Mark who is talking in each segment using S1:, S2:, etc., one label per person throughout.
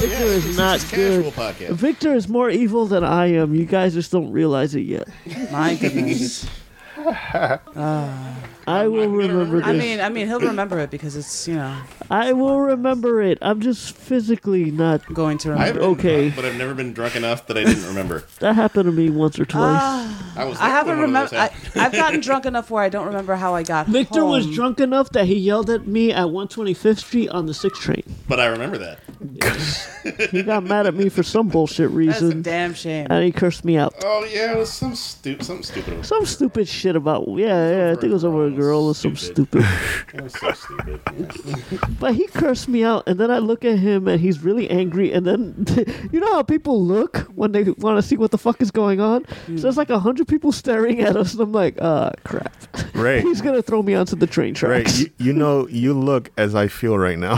S1: Victor is not good.
S2: podcast.
S1: Victor is more evil than I am. You guys just don't realize it yet.
S3: My goodness.
S1: I will remember this.
S3: I mean, I mean, he'll remember it because it's you know
S1: I will remember it. I'm just physically not.
S3: going to
S2: I
S3: remember.
S2: have been
S1: Okay.
S2: drunk, but I've never been drunk enough that I didn't remember.
S1: That happened to me once or twice.
S2: I was.
S3: I
S2: late
S3: haven't
S2: when one of
S3: remember.
S2: those
S3: I,
S2: happened.
S3: I've gotten drunk enough where I don't remember how I got.
S1: Victor was
S3: home.
S1: drunk enough that he yelled at me at 125th Street on the 6th train.
S2: but I remember that.
S1: He got mad at me for some bullshit
S3: That's a
S1: reason,
S3: damn shame.
S1: and he cursed me out.
S2: Oh yeah, it was some stupid, something stupid. It was
S1: Some stupid shit about yeah, yeah. I think it was over a girl or some
S2: Stupid.
S1: stupid.
S2: it was so stupid. Yeah.
S1: But he cursed me out, and then I look at him, and he's really angry. And then, you know how people look when they want to see what the fuck is going on. So there's like a hundred people staring at us, and I'm like, ah, crap.
S4: Ray,
S1: He's gonna throw me onto the train
S4: Ray,
S1: tracks.
S4: you, you know, you look as I feel right now.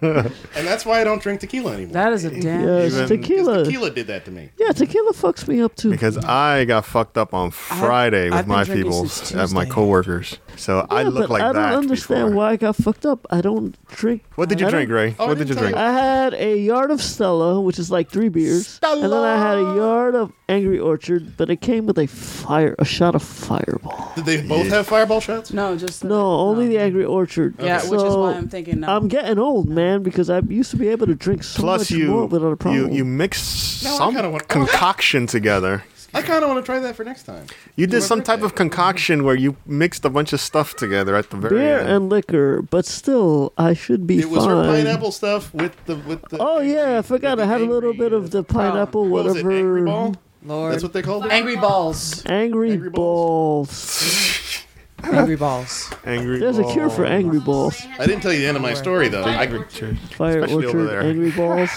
S2: And that's why I don't drink tequila anymore.
S3: That is a damn.
S1: Yes,
S4: Even-
S1: tequila.
S2: tequila did that to me.
S1: Yeah, tequila fucks me up too.
S4: because I got fucked up on Friday with
S3: I've been
S4: my
S3: drinking
S4: people
S3: since
S4: at my
S3: Tuesday.
S4: coworkers. So I
S1: Yeah,
S4: look
S1: but
S4: like
S1: I
S4: that.
S1: don't understand
S4: before.
S1: why I got fucked up. I don't drink.
S4: What did you
S1: I don't-
S4: drink, Ray?
S2: Oh, I
S4: what did you
S2: didn't tell
S4: drink?
S1: I had a yard of Stella, which is like three beers, and then I had a yard of Angry Orchard, but it came with a fire, a shot of Fireball.
S2: Did they both have fireball shots?
S3: No, just the-
S1: No, only the Angry Orchard.
S3: Yeah, which is
S1: So,
S3: why I'm thinking. No.
S1: I'm getting old, man, because I used to be able to drink so much
S4: Plus you,
S1: more without a
S4: you
S1: problem.
S4: you mix
S2: No, I
S4: some
S2: kinda want-
S4: concoction together.
S2: I kind of want to try that for next time.
S4: You did
S2: my
S4: some type of
S2: birthday.
S4: concoction where you mixed a bunch of stuff together at the very
S1: Beer
S4: end.
S1: and liquor, but still, I should be
S2: It was her
S1: fine.
S2: pineapple stuff with the with the.
S1: Oh yeah, I forgot. I had a little bit of the pineapple,
S2: What was it,
S1: whatever.
S2: angry ball.
S3: Lord.
S2: That's what they called it.
S3: Angry balls.
S1: Angry
S2: Angry
S1: balls.
S3: Angry balls.
S4: Angry Oh.
S1: There's a cure for
S4: Ball.
S1: angry balls.
S2: I didn't tell you the end of my story though. I,
S1: Fire
S4: Especially over
S1: orchard,
S4: there.
S1: angry balls.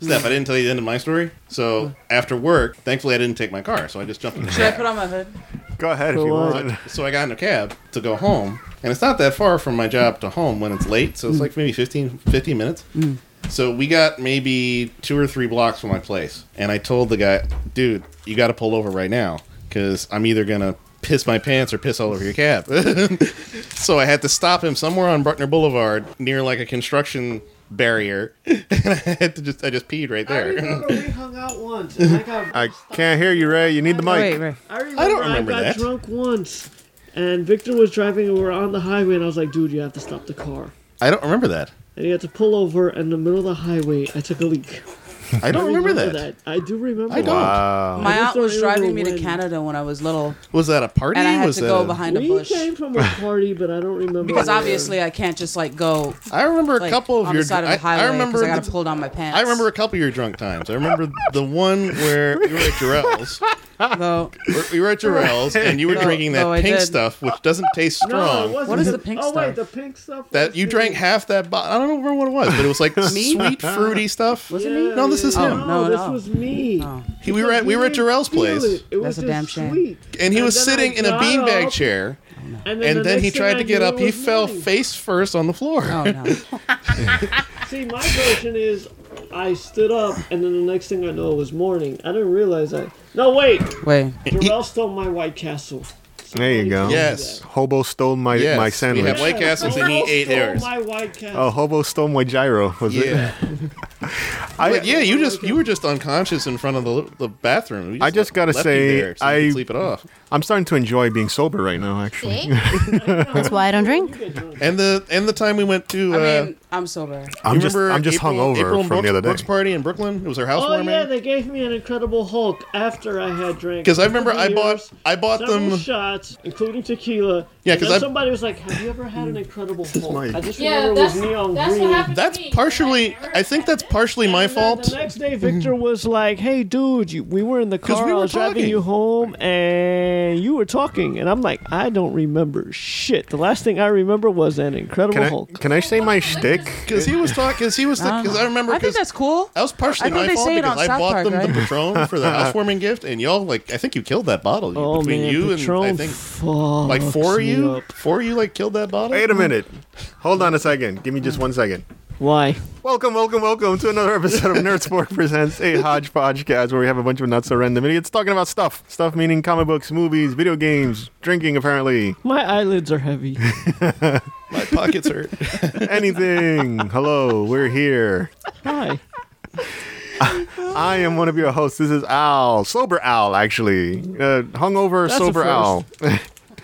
S2: Steph, I didn't tell you the end of my story. So after work, thankfully I didn't take my car, so I just jumped in the
S3: Should I
S2: cab.
S3: put on my hood?
S4: Go ahead if
S1: So
S4: you
S1: what?
S4: want.
S2: so I got in a cab to go home, and it's not that far from my job to home when it's late, so it's like maybe 15, 15 minutes. So we got maybe two or three blocks from my place, and I told the guy, dude, you got to pull over right now because I'm either going to piss my pants or piss all over your cab. so I had to stop him somewhere on Bruckner Boulevard near like a construction barrier, and I had to just, I just peed right there.
S1: we hung out once. And I, got,
S4: I can't hear you, Ray. You need the mic.
S3: Wait, wait.
S1: I remember
S2: I don't remember
S1: got
S2: that.
S1: drunk once, and Victor was driving, and we were on the highway, and I was like, "Dude, you have to stop the car."
S2: I don't remember that.
S1: And he had to pull over, and in the middle of the highway, I took a leak.
S2: I don't remember that.
S1: I do remember.
S2: I don't.
S4: Wow.
S3: My
S1: just
S3: aunt
S1: don't
S3: was driving me
S1: remember
S3: to
S1: when.
S3: Canada when I was little,
S2: Was that a party?
S3: and I had
S2: was
S3: to
S2: that
S3: go
S2: a-
S3: behind a
S1: We
S3: bush
S1: came from a party, but I don't remember.
S3: because
S1: where.
S3: obviously I can't just like go
S2: I remember a
S3: like,
S2: couple of
S3: on
S2: your.
S3: the side of
S2: I-
S3: the highway.
S2: I
S3: 'cause
S2: remember
S3: I got
S2: the-
S3: to pull down my pants.
S2: I remember a couple of your drunk times. I remember the one where we were at Jarrell's.
S3: though.
S2: We were at Jarrell's, and you were
S3: No,
S2: drinking that
S3: no, I
S2: pink
S3: did.
S2: stuff, which doesn't
S1: No,
S2: taste
S1: it
S2: strong.
S1: wasn't.
S3: What is the pink
S1: oh,
S3: stuff?
S1: wait, the pink stuff.
S2: that
S1: was
S2: you
S1: the-
S2: drank half that bottle. I don't remember what it was, but it was like sweet fruity stuff.
S1: Yeah,
S3: Wasn't he?
S2: No, this is
S1: yeah,
S2: him.
S3: No,
S1: No, this
S3: no.
S1: was me.
S2: He- we were at we were at
S1: didn't
S2: Jarrell's
S1: Oh. feel
S2: place,
S1: It, It was
S3: That's a
S1: just
S3: damn shame.
S1: Sweet.
S2: and he was
S1: then I
S2: sitting in a
S1: got
S2: beanbag
S1: up,
S2: chair.
S1: and
S2: And
S1: the
S2: then he
S1: next thing
S2: tried
S1: I
S2: to get
S1: knew
S2: up.
S1: it
S2: He
S1: was
S2: fell
S1: me.
S2: face first on the floor.
S3: Oh no!
S1: See, my version is I stood up, and then the next thing I know, it was morning. I didn't realize I. No, wait.
S3: Wait,
S1: Jarrell stole my White Castle.
S4: There you go.
S2: Yes.
S4: Hobo stole my,
S2: Yes,
S4: my
S2: We
S4: sandwich.
S2: have White Castles, and he
S1: Jarrell
S2: ate
S1: stole
S2: theirs.
S1: my White Castle.
S4: oh, Hobo stole my gyro. Was it?
S2: Yeah,
S4: I,
S2: but yeah, you just you were just unconscious in front of the the bathroom. We
S4: I just gotta
S2: left you
S4: say,
S2: there so you could
S4: I-
S2: sleep it off.
S4: I'm starting to enjoy being sober right now, actually.
S5: See? That's why I don't drink.
S2: And the and the time we went to.
S3: I
S2: uh,
S3: mean I'm sober.
S4: I'm
S2: You
S4: just,
S2: remember
S4: I'm just
S2: April-
S4: hungover
S2: April
S4: from
S2: and Brooks,
S4: the other
S2: Brooks
S4: day.
S2: party in Brooklyn. It was her
S1: Oh yeah,
S2: housewarming.
S1: they gave me an Incredible Hulk after I had drank.
S2: Because I remember I
S1: beers,
S2: bought I bought
S1: several
S2: them.
S1: shots, including tequila.
S2: Yeah,
S1: And
S2: 'cause
S1: then
S2: I've-
S1: somebody was like, "Have you ever had an Incredible Hulk?"
S4: Mike.
S1: I just
S6: Yeah,
S1: remember it was
S6: that's-
S1: neon
S6: that's what
S1: green.
S6: happened.
S2: That's partially. I think that's partially my
S1: And then
S2: fault.
S1: The next day,
S4: Mhm.
S1: Victor was like, "Hey, dude, you, we were in the
S2: 'Cause
S1: car.
S2: we
S1: I
S2: were
S1: was driving
S2: talking.
S1: you home, and you were talking." And I'm like, "I don't remember shit. The last thing I remember was an Incredible
S4: Can I,
S1: Hulk."
S4: can I say my shtick?
S2: Because he was talking. Because he was. Because I remember.
S3: Uh-huh. I think
S2: 'cause
S3: that's cool.
S4: Oh.
S2: that was partially
S3: I think
S2: my
S3: they
S2: fault
S3: say it
S2: because
S3: on
S2: I
S3: South
S2: bought
S3: Park,
S2: them the
S3: right?
S2: Patron for the housewarming gift, and y'all like. I think you killed that bottle you-
S1: Oh
S2: between
S1: man,
S2: you and
S1: Patron
S2: I think
S1: fucks
S2: like four of
S1: me
S2: you,
S1: up.
S2: four of you like killed that bottle.
S4: Wait a minute. Hold on a second. Give me just one second.
S1: Why?
S4: Welcome, welcome, welcome to another episode of Nerdsport Presents, a hodgepodge cast where we have a bunch of not so random idiots talking about stuff. Stuff meaning comic books, movies, video games, drinking apparently,
S1: My eyelids are heavy.
S2: My pockets hurt.
S4: anything. Hello, we're here.
S1: Hi.
S4: I am one of your hosts. This is Al, sober Al, actually, uh, hungover
S1: That's a
S4: sober Al.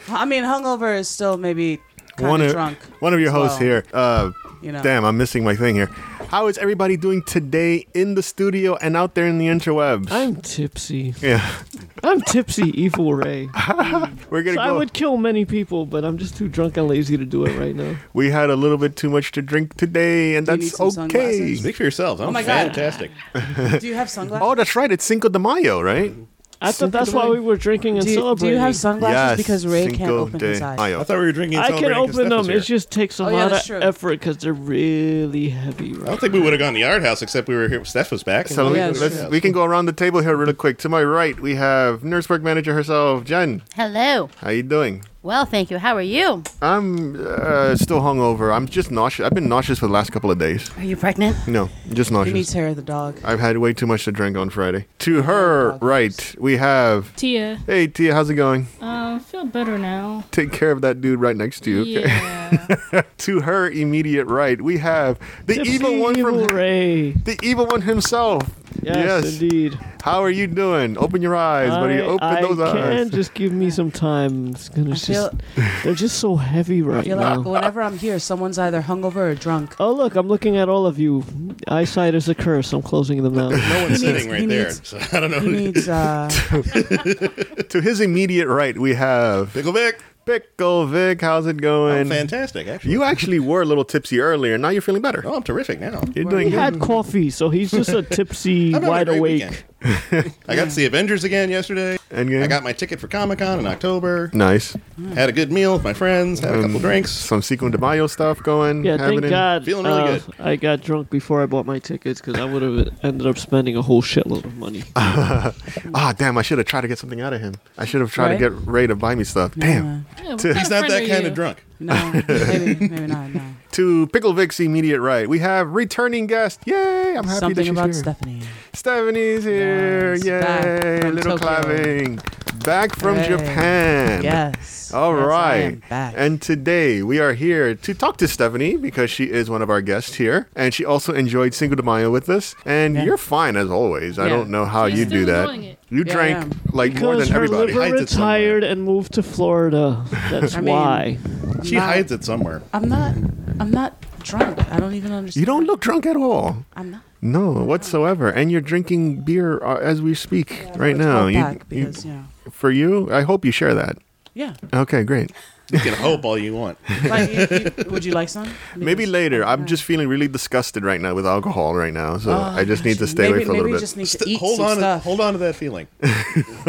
S3: I mean, hungover is still maybe kind
S4: one
S3: of
S4: of
S3: drunk.
S4: one of your
S3: as
S4: hosts
S3: well,
S4: here. Uh,
S3: You know.
S4: Damn, I'm missing my thing here. How is everybody doing today in the studio and out there in the interwebs?
S1: I'm tipsy.
S4: yeah,
S1: I'm tipsy, evil Ray.
S4: we're gonna
S1: So I
S4: go.
S1: would kill many people, but I'm just too drunk and lazy to do it right now.
S4: We had a little bit too much to drink today, and
S3: Do you
S4: that's
S3: need some
S4: okay.
S3: sunglasses?
S2: Speak for yourselves. I'm
S3: Oh my God.
S2: fantastic.
S3: Do you have sunglasses?
S4: Oh, that's right. It's Cinco de Mayo, right?
S1: I thought that's why we were drinking and
S3: do, you, do
S1: celebrating.
S3: you have sunglasses?
S4: yes.
S3: because Ray can't
S4: Cinco
S3: open
S4: de
S3: his eyes.
S4: Mayo.
S2: I thought we were drinking. and
S1: I can
S2: celebrating 'cause
S1: open
S2: Steph was
S1: them.
S2: here.
S1: It just takes a
S3: Oh, yeah,
S1: lot
S3: that's
S1: of
S3: true.
S1: effort because they're really heavy.
S2: I
S1: Right?
S2: don't think we would have gone to Yard House except we were here. Steph was back.
S4: So
S2: we,
S3: Yeah,
S4: we,
S3: sure.
S4: let's, we can go around the table here really quick. To my right, we have Nursework Manager herself, Jen.
S5: Hello.
S4: How you doing?
S5: Well, thank you. How are you?
S4: I'm uh, still hungover. I'm just nauseous. I've been nauseous for the last couple of days.
S5: Are you pregnant?
S4: No, just
S3: He needs
S4: nauseous.
S3: Terror the dog.
S4: I've had way too much to drink on Friday. To her right, we have.
S6: Tia,
S4: Hey Tia, how's it going?
S6: um, feel better now.
S4: Take care of that dude right next to you. okay?
S6: Yeah.
S4: to her immediate right, we have the
S1: Tipsy
S4: evil one
S1: evil
S4: from
S1: Ray.
S4: the evil one himself.
S1: Yes, indeed.
S4: How are you doing? Open your eyes, buddy.
S1: I-
S4: Open
S1: I
S4: those
S1: can
S4: eyes.
S1: just give me some time. It's gonna
S3: I
S1: just,
S3: feel-
S1: they're just so heavy
S3: I
S1: right
S3: feel like
S1: now.
S3: whenever I'm here, someone's either hungover or drunk.
S1: Oh look, I'm looking at all of you. Eyesight is a curse. I'm closing them now.
S2: no one's sitting
S3: needs-
S2: right
S3: he
S2: there.
S3: needs-
S2: so I don't know.
S3: He
S2: Who,
S3: needs. Uh,
S4: To his immediate right, we have
S2: Pickle Vic.
S4: Pickle Vic. How's it
S2: I'm
S4: going?
S2: fantastic, actually.
S4: You actually were a little tipsy earlier. Now you're feeling better.
S2: Oh, I'm terrific now.
S1: He
S4: You're doing
S1: had
S4: good.
S1: coffee, so he's just a tipsy,
S2: I'm having a
S1: wide
S2: great
S1: awake.
S2: weekend. I got to see Avengers again yesterday.
S4: Endgame?
S2: I got my ticket for Comic Con in October.
S4: nice.
S2: Had a good meal with my friends. Had a couple
S4: Um,
S2: drinks.
S4: Some Cinco de Mayo stuff going.
S1: Yeah, thank
S4: happening.
S1: God.
S2: Feeling really
S1: uh,
S2: good.
S1: I got drunk before I bought my tickets because I would have ended up spending a whole shitload of money.
S4: Ah, damn! I should have tried to get something out of him. I should have tried
S3: Right?
S4: to get Ray to buy me stuff. Damn.
S6: Yeah, what
S4: He's
S2: He's not
S6: friend
S2: that
S6: are
S2: kind
S6: you?
S2: of drunk.
S3: no, maybe, maybe not. No.
S4: To Pickle Vic's immediate right, we have returning guest. Yay! I'm happy
S3: Something
S4: that she's
S3: about
S4: here.
S3: Stephanie.
S4: Stephanie's here.
S3: Yes, back
S4: Yay!
S3: from
S4: Little
S3: Tokyo.
S4: clapping. Back from
S3: Hey.
S4: Japan.
S3: Yes.
S4: All
S3: Yes, I
S4: right.
S3: am back.
S4: And today we are here to talk to Stephanie because she is one of our guests here. And she also enjoyed Cinco de Mayo with us. And
S3: Yeah.
S4: you're fine as always. I
S3: Yeah.
S4: don't know how
S6: She's
S4: you
S6: still
S4: do that.
S6: enjoying it.
S4: You
S3: Yeah, I
S4: drank
S3: am.
S4: like more
S1: Because
S4: than
S1: her
S4: everybody.
S1: liver
S2: hides it somewhere.
S1: retired and moved to Florida. That's
S3: I mean-
S1: why.
S2: She
S3: Not-
S2: hides it somewhere.
S3: I'm not. I'm not drunk. I don't even understand.
S4: You don't look drunk at all.
S3: I'm not.
S4: No, whatsoever. And you're drinking beer uh, as we speak right
S3: It's
S4: now.
S3: brought
S4: You-
S3: back
S4: you-
S3: because, yeah.
S4: for you, I hope you share that.
S3: Yeah.
S4: Okay, great.
S2: You can hope all you want.
S3: Like, you- you- would you like some?
S4: Maybe later. I'm just feeling really disgusted right now with alcohol right now, so I just need to stay
S3: Ah, maybe,
S4: away for a
S3: maybe
S4: little
S3: you
S4: bit.
S3: just need to
S2: St-
S3: eat
S2: hold
S3: some
S2: on, to,
S3: stuff.
S2: hold on to that feeling.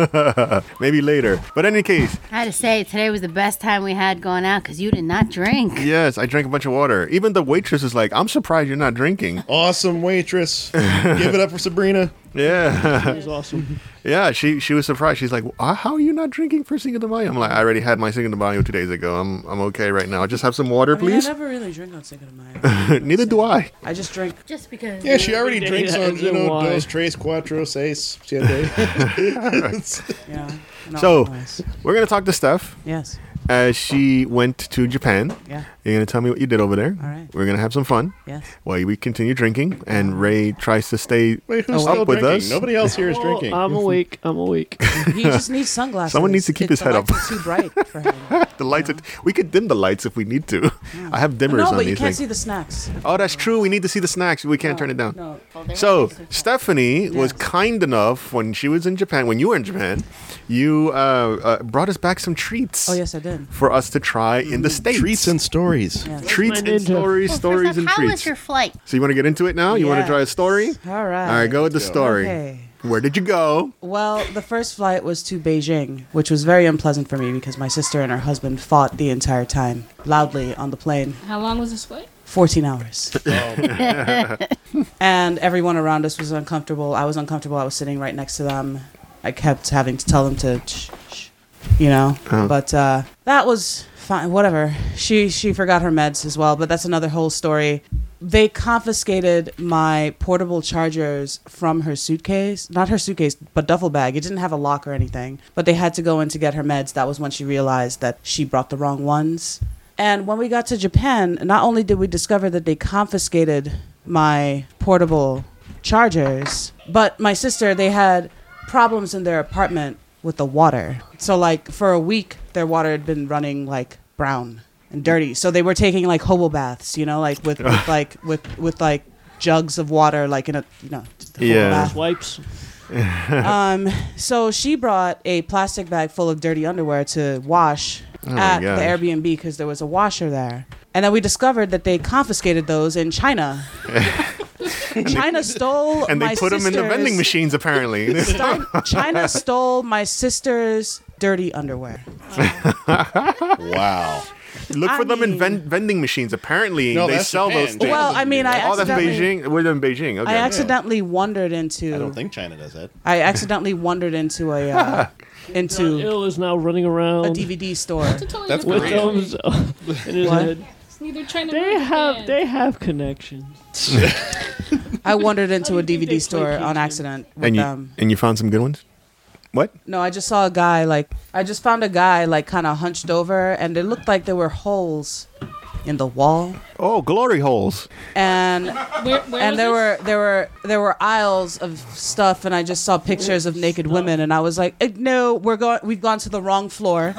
S4: Maybe later. But in any case,
S5: I had to say, today was the best time we had going out because you did not drink.
S4: yes, I drank a bunch of water. Even the waitress is like, "I'm surprised you're not drinking."
S2: Awesome waitress. Give it up for Sabrina.
S4: Yeah,
S1: That was awesome.
S4: yeah. She she was surprised. She's like, "Uh, "How are you not drinking for Cinco de Mayo?" I'm like, "I already had my Cinco de Mayo two days ago. I'm I'm okay right now. Just have some water,
S3: I mean, I
S4: please."
S3: never really drink on Cinco de Mayo.
S4: Neither do I.
S3: I just drink.
S5: Just because.
S2: Yeah, she already drinks
S1: Yeah,
S2: on
S1: it's
S2: you
S1: a
S2: know
S1: wine.
S2: dos tres cuatro seis siete.
S3: Yeah. and
S4: So-
S3: alcohols.
S4: We're gonna talk to Steph
S3: Yes.
S4: as she went to Japan.
S3: Yeah.
S4: You're gonna tell me what you did over there.
S3: All right.
S4: We're gonna have some fun
S3: Yes.
S4: while we continue drinking, and Ray tries to stay
S2: Wait,
S3: Oh,
S2: who's
S4: up
S2: still
S4: with
S2: drinking?
S4: us.
S2: Nobody else here is
S1: Oh,
S2: drinking.
S1: I'm awake. I'm awake.
S3: He just needs sunglasses.
S4: Someone needs to keep
S3: It-
S4: his
S3: the
S4: head
S3: lights
S4: up.
S3: are Too bright for him.
S4: The lights. Are we could dim the lights if we need to. I have dimmers
S3: no,
S4: on
S3: but you
S4: these
S3: can't
S4: things.
S3: see the snacks.
S4: oh, that's true. We need to see the snacks. We can't turn it down.
S3: No.
S4: So Stephanie was
S3: Yes.
S4: kind enough when she was in Japan. When you were in Japan, you uh, uh, brought us back some treats.
S3: Oh yes, I did.
S4: For us to try in the states.
S2: Mm, Treats and stories.
S3: Yeah.
S4: Treats
S1: my
S4: and
S1: ninja.
S4: stories, stories and
S5: How
S4: treats.
S5: was your flight?
S4: so you want to get into it now? You want to
S3: Yes.
S4: try a story?
S3: All right.
S4: All right, go with the story.
S3: Okay.
S4: Where did you go?
S3: Well, the first flight was to Beijing, which was very unpleasant for me because my sister and her husband fought the entire time loudly on the plane.
S6: How long was this flight?
S3: 14 hours. and everyone around us was uncomfortable. I was uncomfortable. I was sitting right next to them. I kept having to tell them to, shh, shh, you know. But uh, that was fine. Whatever. She she forgot her meds as well. But that's another whole story. they confiscated my portable chargers from her suitcase. Not her suitcase, but duffel bag. It didn't have a lock or anything. But they had to go in to get her meds. That was when she realized that she brought the wrong ones. And when we got to Japan, not only did we discover that they confiscated my portable chargers, but my sister, they had problems in their apartment with the water. So, like, for a week, their water had been running like brown and dirty. So they were taking like hobo baths, you know, like with, with like with with like jugs of water, like in a you know. just a hobo
S4: Yeah.
S3: bath.
S1: Wipes.
S3: Um, so she brought a plastic bag full of dirty underwear to wash
S4: Oh my
S3: at the
S4: gosh.
S3: Airbnb because there was a washer there. And then we discovered that they confiscated those in China. China stole
S4: and they
S3: my
S4: put them in the vending
S3: sister's-
S4: machines apparently.
S3: Star- China stole my sister's dirty underwear.
S2: Wow.
S4: Look for
S3: I
S4: them in
S3: mean-
S4: ven- vending machines. Apparently,
S2: No,
S4: they
S2: that's
S4: sell
S2: Japan.
S4: those things.
S3: Well, I mean, I
S4: oh, that's
S3: accidentally-
S4: Beijing. We're in Beijing. Okay.
S3: I accidentally wandered into.
S2: I don't think China does that.
S3: I accidentally wandered into a uh, into
S1: Ill is now running
S3: a
S1: around
S3: DVD store.
S6: It's a totally
S2: That's
S1: with
S6: different
S2: Korean.
S1: thumbs
S6: country.
S1: in his
S3: What?
S1: head.
S6: It's neither China nor
S1: They have
S6: Japan.
S1: they have connections.
S3: I wandered into a
S1: do you think they play
S3: DVD store
S1: Cajun?
S3: on accident with
S4: And you
S3: them.
S4: and you found some good ones. What?
S3: No, I just saw a guy like I just found a guy like kind of hunched over, and it looked like there were holes in the wall,
S4: Oh, glory holes.
S3: and
S6: Where, where
S3: and
S6: was
S3: there
S6: this?
S3: were there were there were aisles of stuff and i just saw pictures of naked women and i was like eh, no we're going we've gone to the wrong floor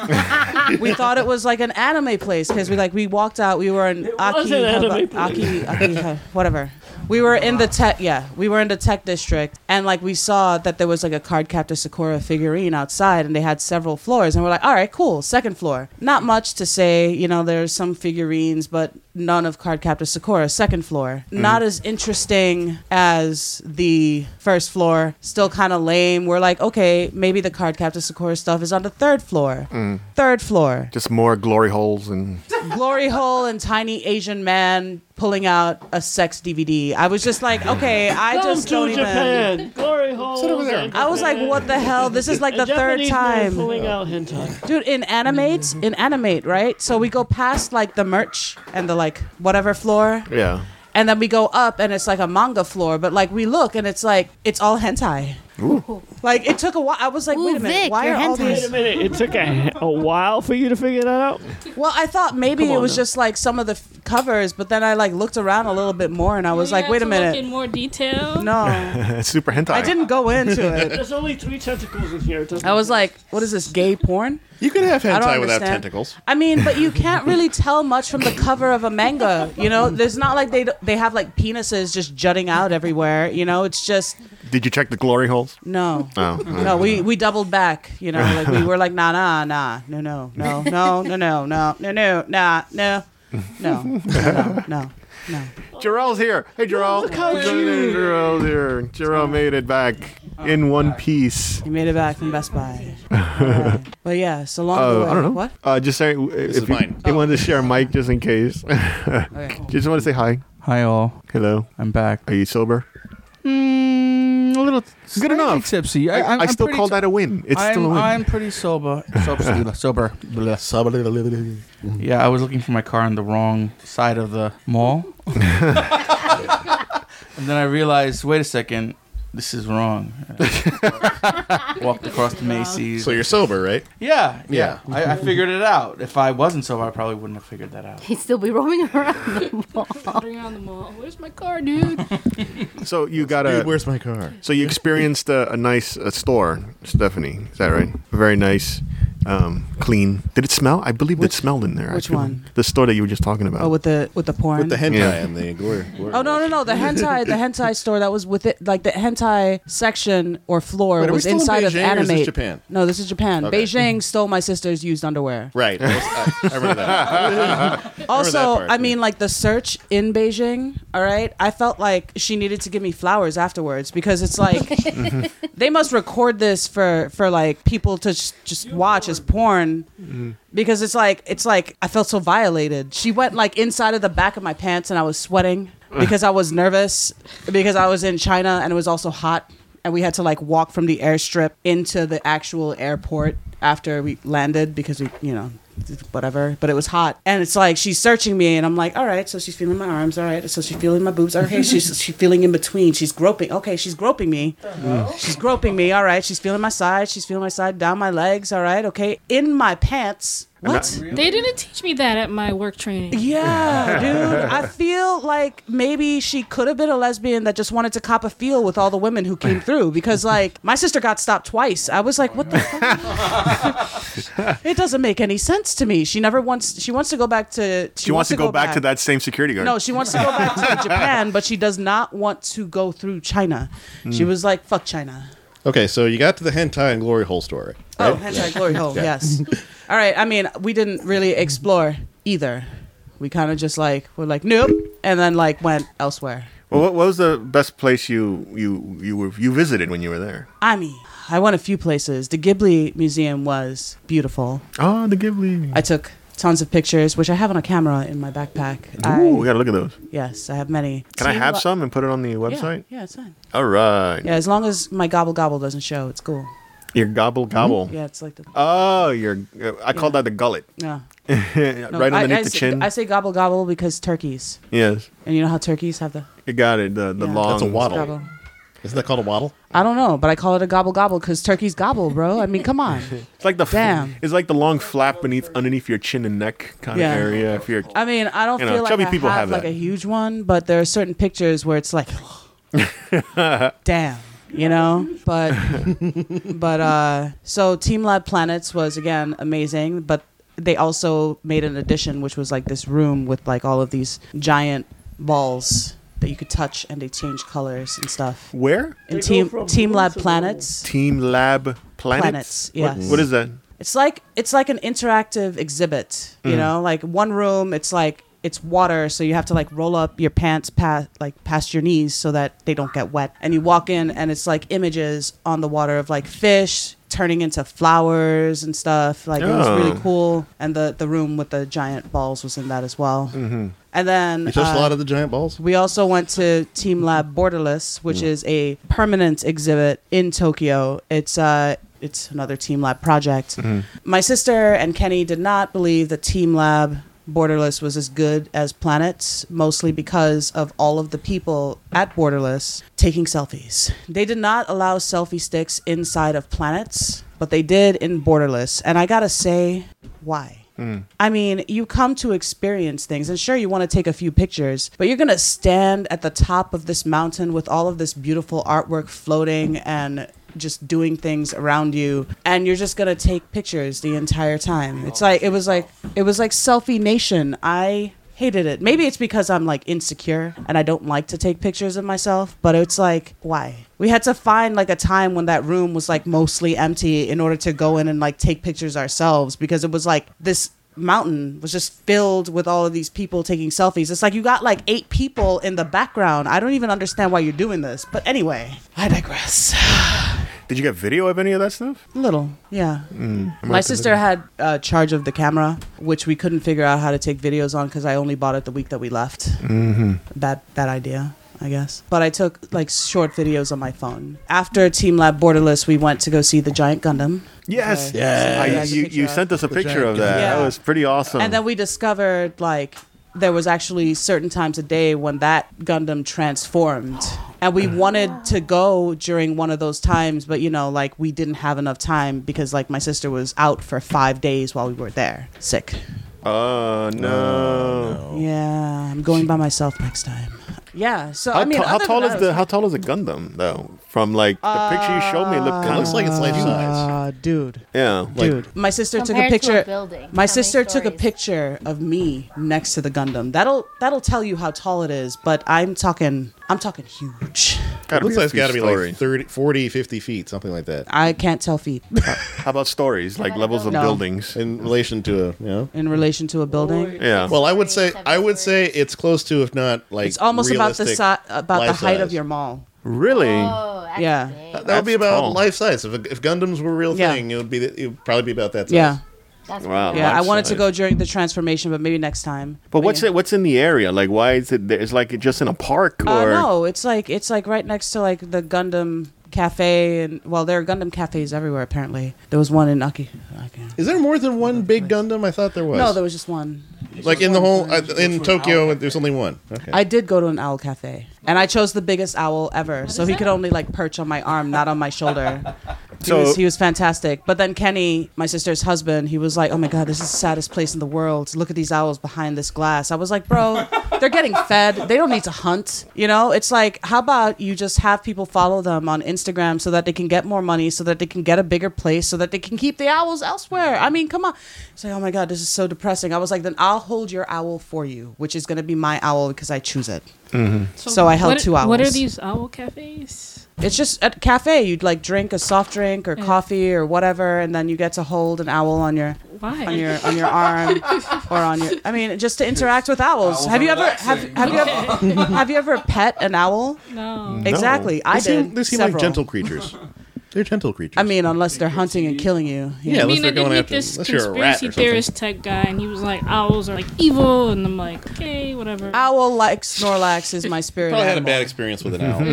S3: we thought it was like an anime place because we like we walked out we were in
S1: was
S3: aki,
S1: an anime
S3: Haba- aki, aki uh, whatever we were in the tech yeah we were in the tech district and like we saw that there was like a card captor sakura figurine outside and they had several floors and we're like all right cool second floor not much to say you know there's some figurines but none of card captor sakura second floor not as interesting as the first floor still kind of lame we're like okay maybe the card captor sakura stuff is on the third floor third floor
S4: Just more glory holes and
S3: glory hole and tiny Asian man pulling out a sex DVD. I was just like, okay, I
S1: Come
S3: just
S1: to
S3: don't even.
S1: Japan. Glory hole.
S2: over there.
S3: I was like, what the hell? This is like the third time,
S1: pulling out hentai.
S3: dude. In animates, in animate, right? So we go past like the merch and the like whatever floor,
S4: yeah.
S3: and then we go up and it's like a manga floor. But like we look and it's like it's all hentai. Like it took a while. I was like,
S5: Ooh,
S3: wait a minute,
S5: Vic,
S3: why
S5: you're
S3: are all
S5: hentai.
S3: these?
S1: Wait a minute. It took a, a while for you to figure that out.
S3: Well, I thought maybe
S1: Come
S3: it
S1: on
S3: was
S1: now.
S3: just like some of the f- covers, but then I like looked around a little bit more and I was
S6: You
S3: like,
S6: had
S3: wait a
S6: to look
S3: minute.
S6: in more detail.
S3: No,
S4: That's super hentai.
S3: I didn't go into it.
S1: There's only three tentacles in here. It doesn't-
S3: I was like, what is this gay porn?
S2: You could have
S3: I don't
S2: hentai without
S3: understand.
S2: tentacles.
S3: I mean, but you can't really tell much from the cover of a manga, you know? There's not like they d- they have like penises just jutting out everywhere, you know? It's just
S4: Did you check the glory holes?
S3: no.
S4: Oh.
S3: No, we we doubled back, you know, like we were like nah nah nah. No no no no no no no no no nah no. No. No no no. no.
S4: Jarrell's here. Hey, Jarrell.
S1: Look how
S4: Jarrell's
S1: cute.
S4: here. Jarrell made it back in one piece.
S3: He made it back from Best Buy. But yeah, so long the
S4: Uh,
S2: Oh,
S3: way.
S4: I don't know.
S3: What?
S4: Uh, just say if
S2: is
S4: you,
S2: mine.
S4: you wanted to share a mic just in case.
S3: Okay.
S4: just want to say hi.
S7: Hi all,
S4: Hello.
S7: I'm back.
S4: Are you sober?
S7: Mm, a little
S4: Good
S7: slightly
S4: enough.
S7: tipsy. I, I'm,
S4: I
S7: I'm
S4: still
S7: pretty
S4: call
S7: so-
S4: that a win. It's
S7: I'm,
S4: still a win.
S7: I'm pretty sober. Sober. sober. Blah. Yeah, I was looking for my car on the wrong side of the mall. and then I realized, wait a second, this is wrong. Walked across the Macy's.
S2: So you're sober, right?
S7: yeah,
S2: Yeah.
S7: yeah. I, I figured it out. If I wasn't sober, I probably wouldn't have figured that out.
S5: He'd still be roaming around.
S6: Wandering around the mall. Where's my car, dude?
S4: so you got a.
S2: where's my car?
S4: So you experienced a, a nice uh store, Stephanie. Is that right? Very nice, um, clean. Did it smell? I believe it smelled in there.
S3: which
S4: actually.
S3: one?
S4: The store that you were just talking about.
S3: Oh, with the with the porn.
S2: With the hentai
S4: Yeah.
S2: and the glory. glory
S3: Oh no no no! The hentai the hentai store that was with it like the hentai section or floor
S2: Wait, are we
S3: was
S2: still in
S3: inside of
S2: Beijing or is
S3: anime.
S2: this Japan?
S3: No, this is Japan.
S2: Okay.
S3: Beijing stole my sister's used underwear.
S2: Right. I, was- I- I remember that.
S3: Also,
S2: part,
S3: I
S2: yeah.
S3: mean, like the search in Beijing. All right, I felt like she needed to give me flowers afterwards because it's like they must record this for for like people to sh- just watch as porn. Because it's like it's like I felt so violated. She went like inside of the back of my pants, and I was sweating because I was nervous because I was in China and it was also hot, and we had to like walk from the airstrip into the actual airport after we landed because we you know whatever. But it was hot, and it's like she's searching me, and I'm like, all right. So she's feeling my arms, all right. So she's feeling my boobs, okay. she's she's feeling in between. She's groping, okay. She's groping me. She's groping me, all right. She's feeling my side. She's feeling my side down my legs, all right, okay. In my pants.
S4: And
S3: What?
S6: They didn't teach me that at my work training.
S3: Yeah, dude. I feel like maybe she could have been a lesbian that just wanted to cop a feel with all the women who came through because, like, my sister got stopped twice. I was like, what the fuck? it doesn't make any sense to me. She never wants, she wants to go back to, she,
S4: She wants to go back, to that same security guard.
S3: No, she wants to go back to Japan, but she does not want to go through China.
S4: Hmm.
S3: She was like, fuck China.
S2: Okay, so you got to the hentai and glory hole story.
S3: Oh,
S2: right?
S3: Hentai Glory Hole, yes. All right, I mean, we didn't really explore either. We kind of just like, we're like, nope, and then like went elsewhere.
S4: Well, what, what was the best place you you you were you visited when you were there?
S3: I mean, I went a few places. The Ghibli Museum was beautiful.
S4: Oh, the Ghibli.
S3: I took tons of pictures, which I have on a camera in my backpack. I-
S4: Ooh, we gotta look at those.
S3: yes, I have many.
S4: Can I
S3: Seen
S4: have
S3: lo-
S4: some and put it on the
S3: Yeah,
S4: website?
S3: yeah, it's fine.
S4: All right.
S3: Yeah, as long as my gobble gobble doesn't show, it's cool.
S4: Your gobble gobble.
S3: Mm-hmm. Yeah, it's like the
S4: Oh, your I called that the gullet.
S3: no, no
S4: right
S3: I-
S4: underneath
S3: I,
S4: the
S3: say,
S4: chin.
S3: I say gobble gobble because turkeys,
S4: yes.
S3: and you know how turkeys have the
S4: You got it. The the
S3: Yeah.
S4: long
S2: That's a waddle.
S3: gobble.
S2: Isn't that called a waddle?
S3: I don't know, but I call it a gobble gobble because turkeys gobble, bro. I mean, come on.
S4: It's like the f-
S3: Damn.
S4: It's like the long flap beneath underneath your chin and neck kind
S3: Yeah.
S4: of area. If you're
S3: I mean, I don't
S4: You know,
S3: feel like
S4: chubby
S3: I
S4: people
S3: have,
S4: have
S3: like
S4: that.
S3: a huge one, but there are certain pictures where it's like, damn, you know. But but uh, so Team Lab Planets was again amazing, but they also made an addition, which was like this room with like all of these giant balls that you could touch, and they changed colors and stuff.
S4: where
S3: And
S1: They go
S3: Team
S1: from
S3: Team
S1: blue
S3: Lab
S1: to blue.
S3: Planets,
S4: Team Lab Planets.
S3: Planets, yes.
S4: What is that?
S3: It's like it's like an interactive exhibit, you know, like one room. It's like it's water, so you have to like roll up your pants past like past your knees so that they don't get wet. And you walk in, and it's like images on the water of like fish turning into flowers and stuff. Like it was
S4: Oh.
S3: really cool. And the the room with the giant balls was in that as well. Mm-hmm. And then
S2: You touched
S3: uh,
S2: a lot of the giant balls.
S3: we also went to Team Lab Borderless, which is a permanent exhibit in Tokyo. It's uh it's another Team Lab project. My sister and Kenny did not believe that Team Lab Borderless was as good as Planets, mostly because of all of the people at Borderless taking selfies. They did not allow selfie sticks inside of Planets, but they did in Borderless. And I gotta say, why? I mean, you come to experience things, and sure, you want to take a few pictures, but you're going to stand at the top of this mountain with all of this beautiful artwork floating and just doing things around you, and you're just going to take pictures the entire time. It's like, it was like, it was like Selfie Nation. I hated it. Maybe it's because I'm like insecure and I don't like to take pictures of myself, but it's like, why? We had to find like a time when that room was like mostly empty in order to go in and like take pictures ourselves because it was like this mountain was just filled with all of these people taking selfies. It's like you got like eight people in the background. I don't even understand why you're doing this. But anyway, I digress.
S4: Did you get video of any of that stuff?
S3: Little, yeah. My sister had uh, charge of the camera, which we couldn't figure out how to take videos on because I only bought it the week that we left. Mm-hmm. Bad, bad idea, I guess. But I took like short videos on my phone. After Team Lab Borderless, we went to go see the giant Gundam.
S4: Yes.
S3: Okay.
S4: I-
S3: Yeah,
S4: you,
S3: the
S4: you
S3: picture.
S4: sent us a picture of that.
S3: Yeah.
S4: That was pretty awesome.
S3: And then we discovered like there was actually certain times a day when that Gundam transformed. And
S4: Mm.
S3: we wanted to go during one of those times, but you know, like we didn't have enough time because like my sister was out for five days while we were there, sick.
S4: oh no.
S3: Yeah, I'm going by myself next time. Yeah, so
S4: Oh. How,
S3: I mean,
S4: ta- how
S3: other
S4: tall
S3: than
S4: is
S3: that,
S4: the how tall is the Gundam though? From like the picture you showed me, it looked
S2: It
S4: kind
S2: looks
S4: of
S2: like it's life size.
S3: uh, dude,
S4: yeah. Like,
S1: Dude.
S3: my sister took a
S5: Compared to a
S3: picture.
S5: building, how
S3: my
S5: many
S3: sister took a
S5: stories?
S3: picture of me next to the Gundam. That'll that'll tell you how tall it is. But I'm talking I'm talking huge.
S2: It
S4: gotta
S2: looks
S4: be a
S2: like it's
S4: few
S2: got to be like
S4: story.
S2: 30, 40, 50 feet, something like that,
S3: I can't tell feet
S4: How about stories? Like levels of
S3: No.
S4: buildings.
S2: in relation to a you know.
S3: in relation to a building.
S4: Yeah.
S2: Well, I would say I would say it's close to, if not like,
S3: It's almost about the
S2: realistic
S3: si- about the
S2: life
S3: height of
S2: size.
S3: your mall.
S4: Really?
S5: Oh, that's
S3: Yeah.
S5: big.
S2: That would be
S4: That's
S2: about
S4: tall.
S2: life size. If, if Gundams were a real
S3: Yeah.
S2: thing, it would be the, it would probably be about that size.
S3: Yeah.
S5: That's
S4: Wow.
S3: Yeah, I
S4: Life
S3: wanted to
S4: size.
S3: go during the transformation, but maybe next time.
S4: But what's
S3: yeah.
S4: it? What's in the area? Like, why is it? There? It's like it just in a park, or
S3: Uh, no, it's like it's like right next to like the Gundam cafe, and well, there are Gundam cafes everywhere. Apparently, there was one in Aki. Aki.
S2: Is there more than one big Gundam? I thought there was.
S3: No, there was just one.
S2: like in the whole uh, in Tokyo, there's only one. Okay.
S3: I did go to an owl cafe, and I chose the biggest owl ever, so he could only like perch on my arm, not on my shoulder. He,
S4: So-
S3: was, he was fantastic. But then Kenny, my sister's husband, he was like, "Oh my god, this is the saddest place in the world. Look at these owls behind this glass." I was like, "Bro, they're getting fed. They don't need to hunt. You know, it's like, how about you just have people follow them on Instagram so that they can get more money, so that they can get a bigger place, so that they can keep the owls elsewhere." I mean, come on. It's like, "Oh my god, this is so depressing." I was like, "Then I'll hold your owl for you, which is going to be my owl because I choose it." So I held
S6: what,
S3: two
S6: What are
S3: hours.
S6: these owl cafes?
S3: It's just at a cafe. You'd like drink a soft drink or
S6: Yeah.
S3: coffee or whatever, and then you get to hold an owl on your
S6: Why?
S3: on your on your arm or on your. I mean, just to interact with owls. have you ever have, have you ever have you ever pet an owl?
S6: no.
S3: Exactly, I
S2: they seem,
S3: did.
S2: They seem
S3: several.
S2: like gentle creatures. They're gentle creatures.
S3: I mean, unless they're hunting and killing you.
S2: yeah,
S6: I
S2: unless
S6: mean, I
S2: they're
S6: did
S2: going
S6: meet
S2: after.
S6: this
S2: Unless you're a rat or
S6: conspiracy
S2: something.
S6: theorist tech guy, and he was like, owls are like evil, and I'm like, okay, whatever.
S3: Owl like Snorlax is my spirit.
S2: Probably had a
S3: animal.
S2: bad experience with an owl.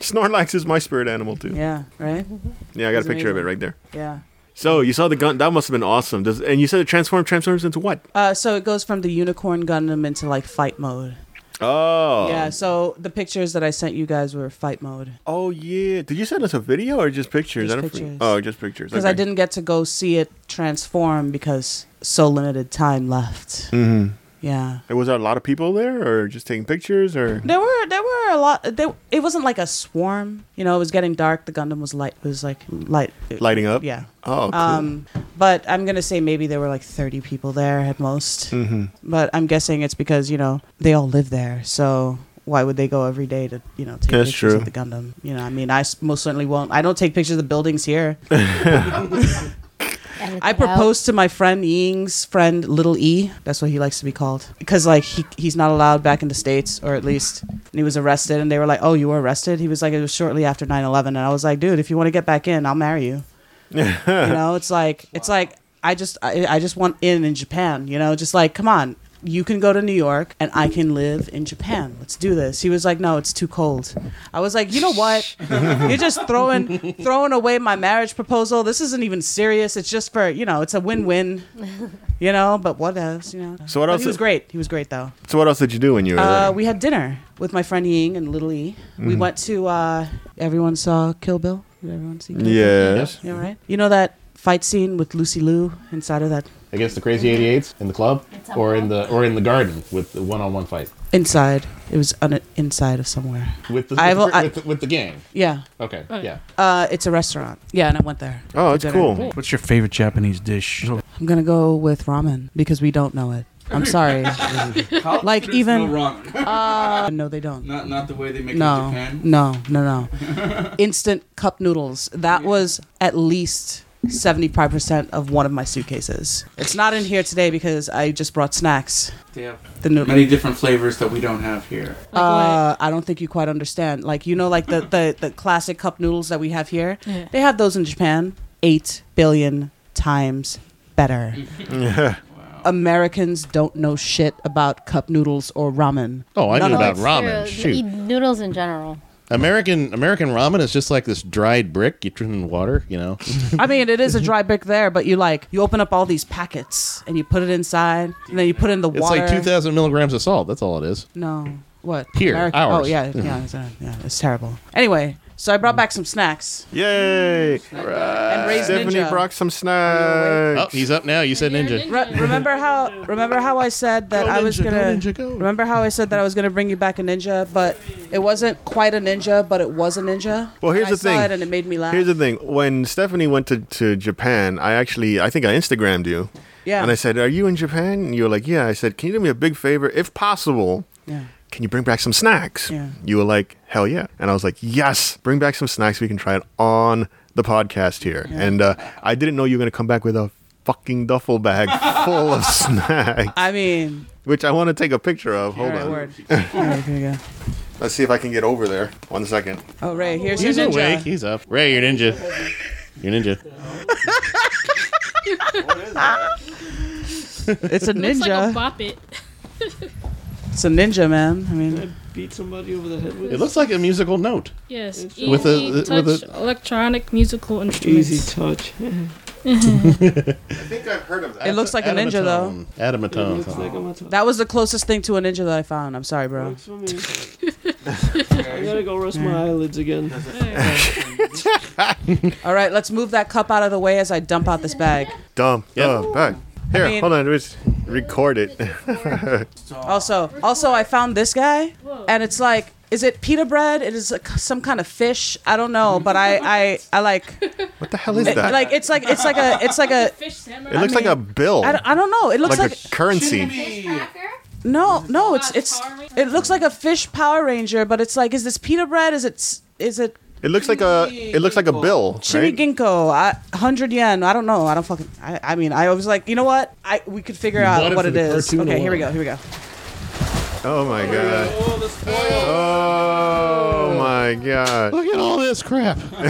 S4: Snorlax is my spirit animal too. Yeah,
S3: Yeah. Right.
S4: I got
S3: It's
S4: a picture of it
S3: amazing.
S4: right there.
S3: Yeah.
S4: So you saw the gun. That must have been awesome. Does and you said it transformed transforms into what?
S3: Uh, so it goes from the unicorn Gundam into like fight mode.
S4: Oh.
S3: Yeah. So the pictures that I sent you guys were fight mode.
S4: Oh yeah. Did you send us a video or just pictures?
S3: Just
S4: I don't
S3: pictures.
S4: Oh, just pictures.
S3: because I
S4: okay.
S3: didn't get to go see it transform because so limited time left.
S2: Mm-hmm.
S3: Yeah,
S4: Was there a lot of people there, or just taking pictures, or?
S3: there were there were a lot. There, it wasn't like a swarm. You know, it was getting dark. The Gundam was light. Was like light.
S4: Lighting up.
S3: Yeah.
S4: Oh. Cool.
S3: Um, but I'm gonna say maybe there were like 30 people there at most. Mm-hmm. But I'm guessing it's because you know they all live there, so why would they go every day to you know take
S4: That's
S3: pictures
S4: true.
S3: of the Gundam? You know, I mean, I s- most certainly won't. I don't take pictures of buildings here.
S5: Edit
S3: I
S5: that out.
S3: proposed to my friend Ying's friend, Little E. That's what he likes to be called. Because, like, he, he's not allowed back in the States, or at least and he was arrested. And they were like, Oh, you were arrested? He was like, It was shortly after 9 11. And I was like, Dude, if you want to get back in, I'll marry you. you know, it's like, it's like, I just, I, I just want in in Japan, you know, just like, come on. You can go to New York and I can live in Japan. Let's do this. He was like, "No, it's too cold." I was like, "You know what? You're just throwing throwing away my marriage proposal. This isn't even serious. It's just for you know, it's a win win. You know, but what else? You know.
S4: So what
S3: But
S4: else
S3: He was
S4: i-
S3: great. He was great though.
S4: so what else did you do when you were
S3: Uh,
S4: there?
S3: we had dinner with my friend Ying and Little E. We
S4: Mm-hmm.
S3: went to. Uh, everyone saw Kill Bill. Did everyone see? Kill
S4: yes.
S3: Bill? Yeah, right. You know that fight scene with Lucy Liu inside of that
S2: Against the crazy 88s in the club, or in the or in the garden with the one-on-one fight
S3: inside. It was on inside of somewhere.
S2: with the
S3: I
S2: with,
S3: will-
S2: the-
S3: I-
S2: with, the- with the gang.
S3: Yeah.
S2: Okay,
S6: Oh, yeah.
S2: yeah.
S3: Uh, it's a restaurant. Yeah, and I went there.
S4: Oh,
S3: for
S4: that's
S3: dinner.
S4: cool.
S7: What's your favorite Japanese dish?
S3: I'm gonna go with ramen because we don't know it. I'm sorry. Like, students even- know no, they don't.
S7: not not the way they make
S3: no, no, no, no. Instant cup noodles. That was at least 75% of one of my suitcases. It's not in here today because I just brought snacks.
S7: They have
S3: The noodle.
S7: many different flavors that we don't have here.
S6: Like,
S3: Uh, I don't think you quite understand. Like, you know, like the, the, the classic cup noodles that we have here?
S6: Yeah.
S3: They have those in Japan. Eight billion times better. Americans don't know shit about cup noodles or ramen.
S2: Oh, I
S3: None
S2: knew
S3: of
S2: about
S3: it.
S2: ramen.
S5: True.
S2: Shoot,
S5: Eat noodles in general.
S2: American American ramen is just like this dried brick you turn in water. You know,
S3: I mean, it is a dry brick there, but you like you open up all these packets and you put it inside, and then you put it in the
S2: it's
S3: water.
S2: like 2,000 milligrams of salt. That's all it is.
S3: No, what
S2: Here, ours.
S3: Oh yeah, yeah, it's, uh, yeah. It's terrible. Anyway, so I brought back some snacks
S4: Yay!
S3: and raised
S4: Uh, Stephanie
S3: ninja.
S4: brought some snacks.
S2: Oh, he's up now. You said ninja.
S3: Re- remember how remember how I said that
S2: Go
S3: I was
S2: ninja, go
S3: gonna
S2: ninja, go.
S3: remember how I said that I was gonna bring you back a ninja, but it wasn't quite a ninja, but it was a ninja.
S4: Well, here's
S3: And I
S4: the thing.
S3: Saw it and it made me laugh.
S4: Here's the thing. When Stephanie went to, to Japan, I actually, I think I Instagrammed you.
S3: Yeah.
S4: And I said, Are you in Japan? And you were like, Yeah. I said, Can you do me a big favor? If possible,
S3: yeah.
S4: can you bring back some snacks?
S3: Yeah.
S4: You were like, Hell yeah. And I was like, Yes, bring back some snacks. We can try it on the podcast here. And uh, I didn't know you were going to come back with a fucking duffel bag full of snacks,
S3: I mean,
S4: which I want to take a picture of. Hold
S3: alright,
S4: on.
S3: word. Alright, here you go.
S4: Let's see if I can get over there. One second.
S3: Oh, Ray, here's
S2: He's
S3: your ninja.
S2: awake. He's up. Ray, you're ninja. You're ninja.
S3: It's a ninja.
S6: It's like a bop it.
S3: It's a ninja, man. I mean,
S1: Beat somebody over the head with
S2: It looks like a musical note.
S6: Yes, easy
S2: With a- with
S6: touch
S2: a-
S6: electronic musical instruments.
S1: easy touch.
S2: I think I've heard of
S3: It looks like a ninja, though.
S1: It
S2: Adamatone.
S1: looks like I'm a touch.
S3: that was the closest thing to a ninja that I found. I'm sorry, bro.
S1: Works for me. I gotta go rest my eyelids again.
S3: All right, let's move that cup out of the way as I dump out this bag.
S4: Dumb.
S2: Yeah.
S4: Dumb. Back. Here,
S3: mean-
S4: hold on. Just record it.
S3: Also, also, I found this guy, and it's like, is it pita bread? It is like some kind of fish. I don't know, but I, I, I like,
S4: what the hell is
S3: it-
S4: that?
S3: like it's like it's like a it's like a
S6: Fish samurai.
S4: it looks like a bill.
S3: I don't, I don't know. It looks
S4: like,
S3: like,
S4: a currency.
S3: no no it's it's
S6: Power Ranger?
S3: it looks like a fish Power Ranger, but it's like is this pita bread? Is it s- is it
S4: It looks like a. It looks like a bill. Right?
S3: Chiniginko, I, hundred yen. I don't know. I don't fucking. I, I mean, I was like, you know what? I we could figure
S2: bought
S3: out
S2: it
S3: what
S2: for
S3: it
S2: the
S3: is.
S2: cartoon
S3: Okay, here we go.
S2: alone.
S3: Here we go.
S4: Oh my god. Oh my god.
S2: Look at all this crap. what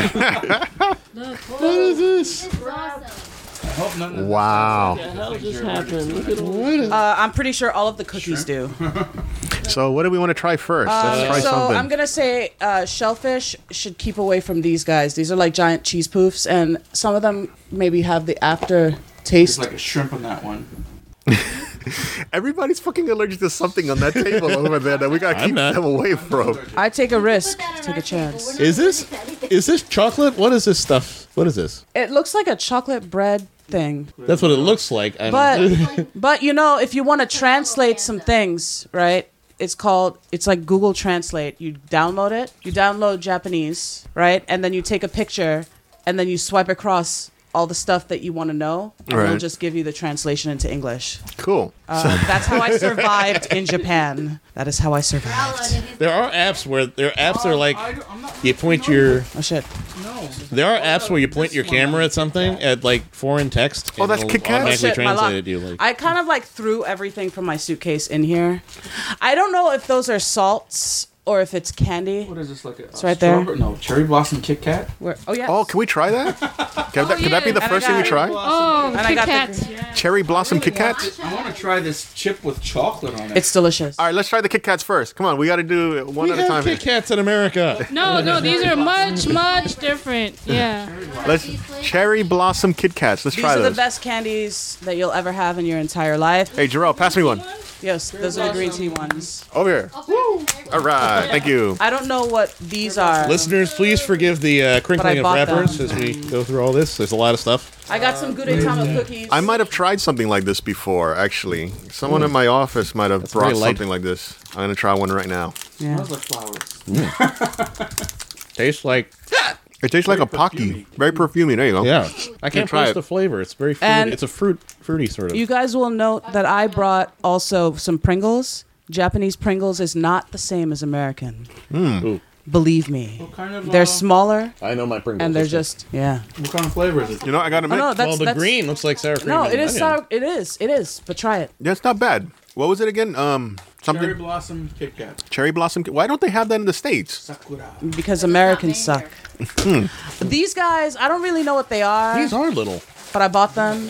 S2: is this?
S4: Wow.
S1: What just happened? Look at all
S2: What is
S3: Uh, I'm pretty sure all of the cookies do.
S4: So what do we want to try first? Let's try
S3: Uh, so
S4: something.
S3: I'm gonna say uh, shellfish should keep away from these guys. These are like giant cheese poofs, and some of them maybe have the after
S7: It's
S3: taste.
S7: like a shrimp on that one.
S4: Everybody's fucking allergic to something on that table over there that we gotta keep
S2: not.
S4: them away from.
S3: I take a risk,
S5: that on
S3: take
S5: our
S3: a
S5: table.
S3: chance.
S5: We're not
S2: Is this
S5: gonna fix anything.
S2: is this chocolate? What is this stuff? What is this?
S3: It looks like a chocolate bread thing,
S2: That's what it looks like. I'm,
S3: but but you know, if you want to translate some things, right? It's called it's like Google Translate. You download it, you download Japanese, right? And then you take a picture, and then you swipe across all the stuff that you want to know, and it'll
S4: Right.
S3: just give you the translation into English.
S4: Cool.
S3: Uh, that's how I survived in Japan. That is how I survived.
S2: there are apps where there are apps that are like you point your
S3: Oh shit!
S2: there
S3: Oh,
S2: are apps where you point your
S3: uh,
S2: camera at something at like foreign text.
S4: Oh,
S2: and
S4: that's
S2: it'll
S4: Kit Kat.
S2: automatically
S3: Shit, my lock.
S2: translate it to you. Like
S3: I kind of like threw everything from my suitcase in here. I don't know if those are salts or if it's candy.
S7: What is this like? A, it's
S3: right there.
S7: No, cherry blossom Kit Kat.
S3: Where, oh yeah.
S4: Oh, can we try that? Can, that, could that be the
S3: And I
S4: first thing we
S3: got-
S4: try?
S6: Oh,
S3: I
S6: Kit
S3: got the
S6: Kats.
S4: Cherry Blossom Kit Kats?
S7: I want to try this chip with chocolate on it.
S3: It's delicious.
S4: All right, let's try the Kit Kats first. Come on, we gotta do it one
S2: we
S4: at a
S2: have
S4: time. here.
S2: Kit Kats in America.
S6: No, no, these are much, much different. Yeah.
S4: Let's Cherry Blossom Kit Kats. Let's
S3: These
S4: try
S3: are the
S4: those.
S3: best candies that you'll ever have in your entire life.
S4: Hey, Jarrell, pass me one.
S3: Yes, those are the green tea ones.
S4: Over here. All right, thank you.
S3: I don't know what these are.
S2: Listeners, please forgive the uh, crinkling of
S3: bought
S2: wrappers
S3: them.
S2: as we go through all this. There's a lot of stuff.
S3: I got some Gudetama cookies.
S4: I might have tried something like this before, actually. Someone in my office might have brought
S2: very light.
S4: something like this. I'm gonna try one right now.
S3: Yeah.
S7: Those are flowers.
S2: Tastes like
S4: It tastes like a pocky, very perfumey. There you go.
S2: yeah. I can't
S4: Oh. try
S2: taste
S4: it.
S2: the flavor. It's very fruity.
S3: And-
S2: it's a fruit fruity sort of.
S3: You guys will note that I brought also some Pringles. Japanese Pringles is not the same as American.
S2: Ooh.
S3: Believe me.
S7: What kind of?
S3: They're
S7: uh,
S3: smaller
S2: I know my Pringles.
S3: and they're
S2: Let's go.
S3: just yeah.
S7: What kind of flavor is it?
S4: You know, I
S3: Oh
S4: gotta admit,
S3: no, that's
S2: well, the
S3: that's,
S2: green looks like sour cream.
S3: No,
S2: and
S3: it is
S2: onion.
S3: sour. It is. It is. But try it.
S4: that's not bad. What was it again? Um, something
S7: Cherry
S4: cherry,
S7: blossom Kit Kat.
S4: blossom. Why don't they have that in the states?
S7: Sakura.
S3: because Americans suck. These guys, I don't really know what they are,
S2: These are little.
S3: but I bought them.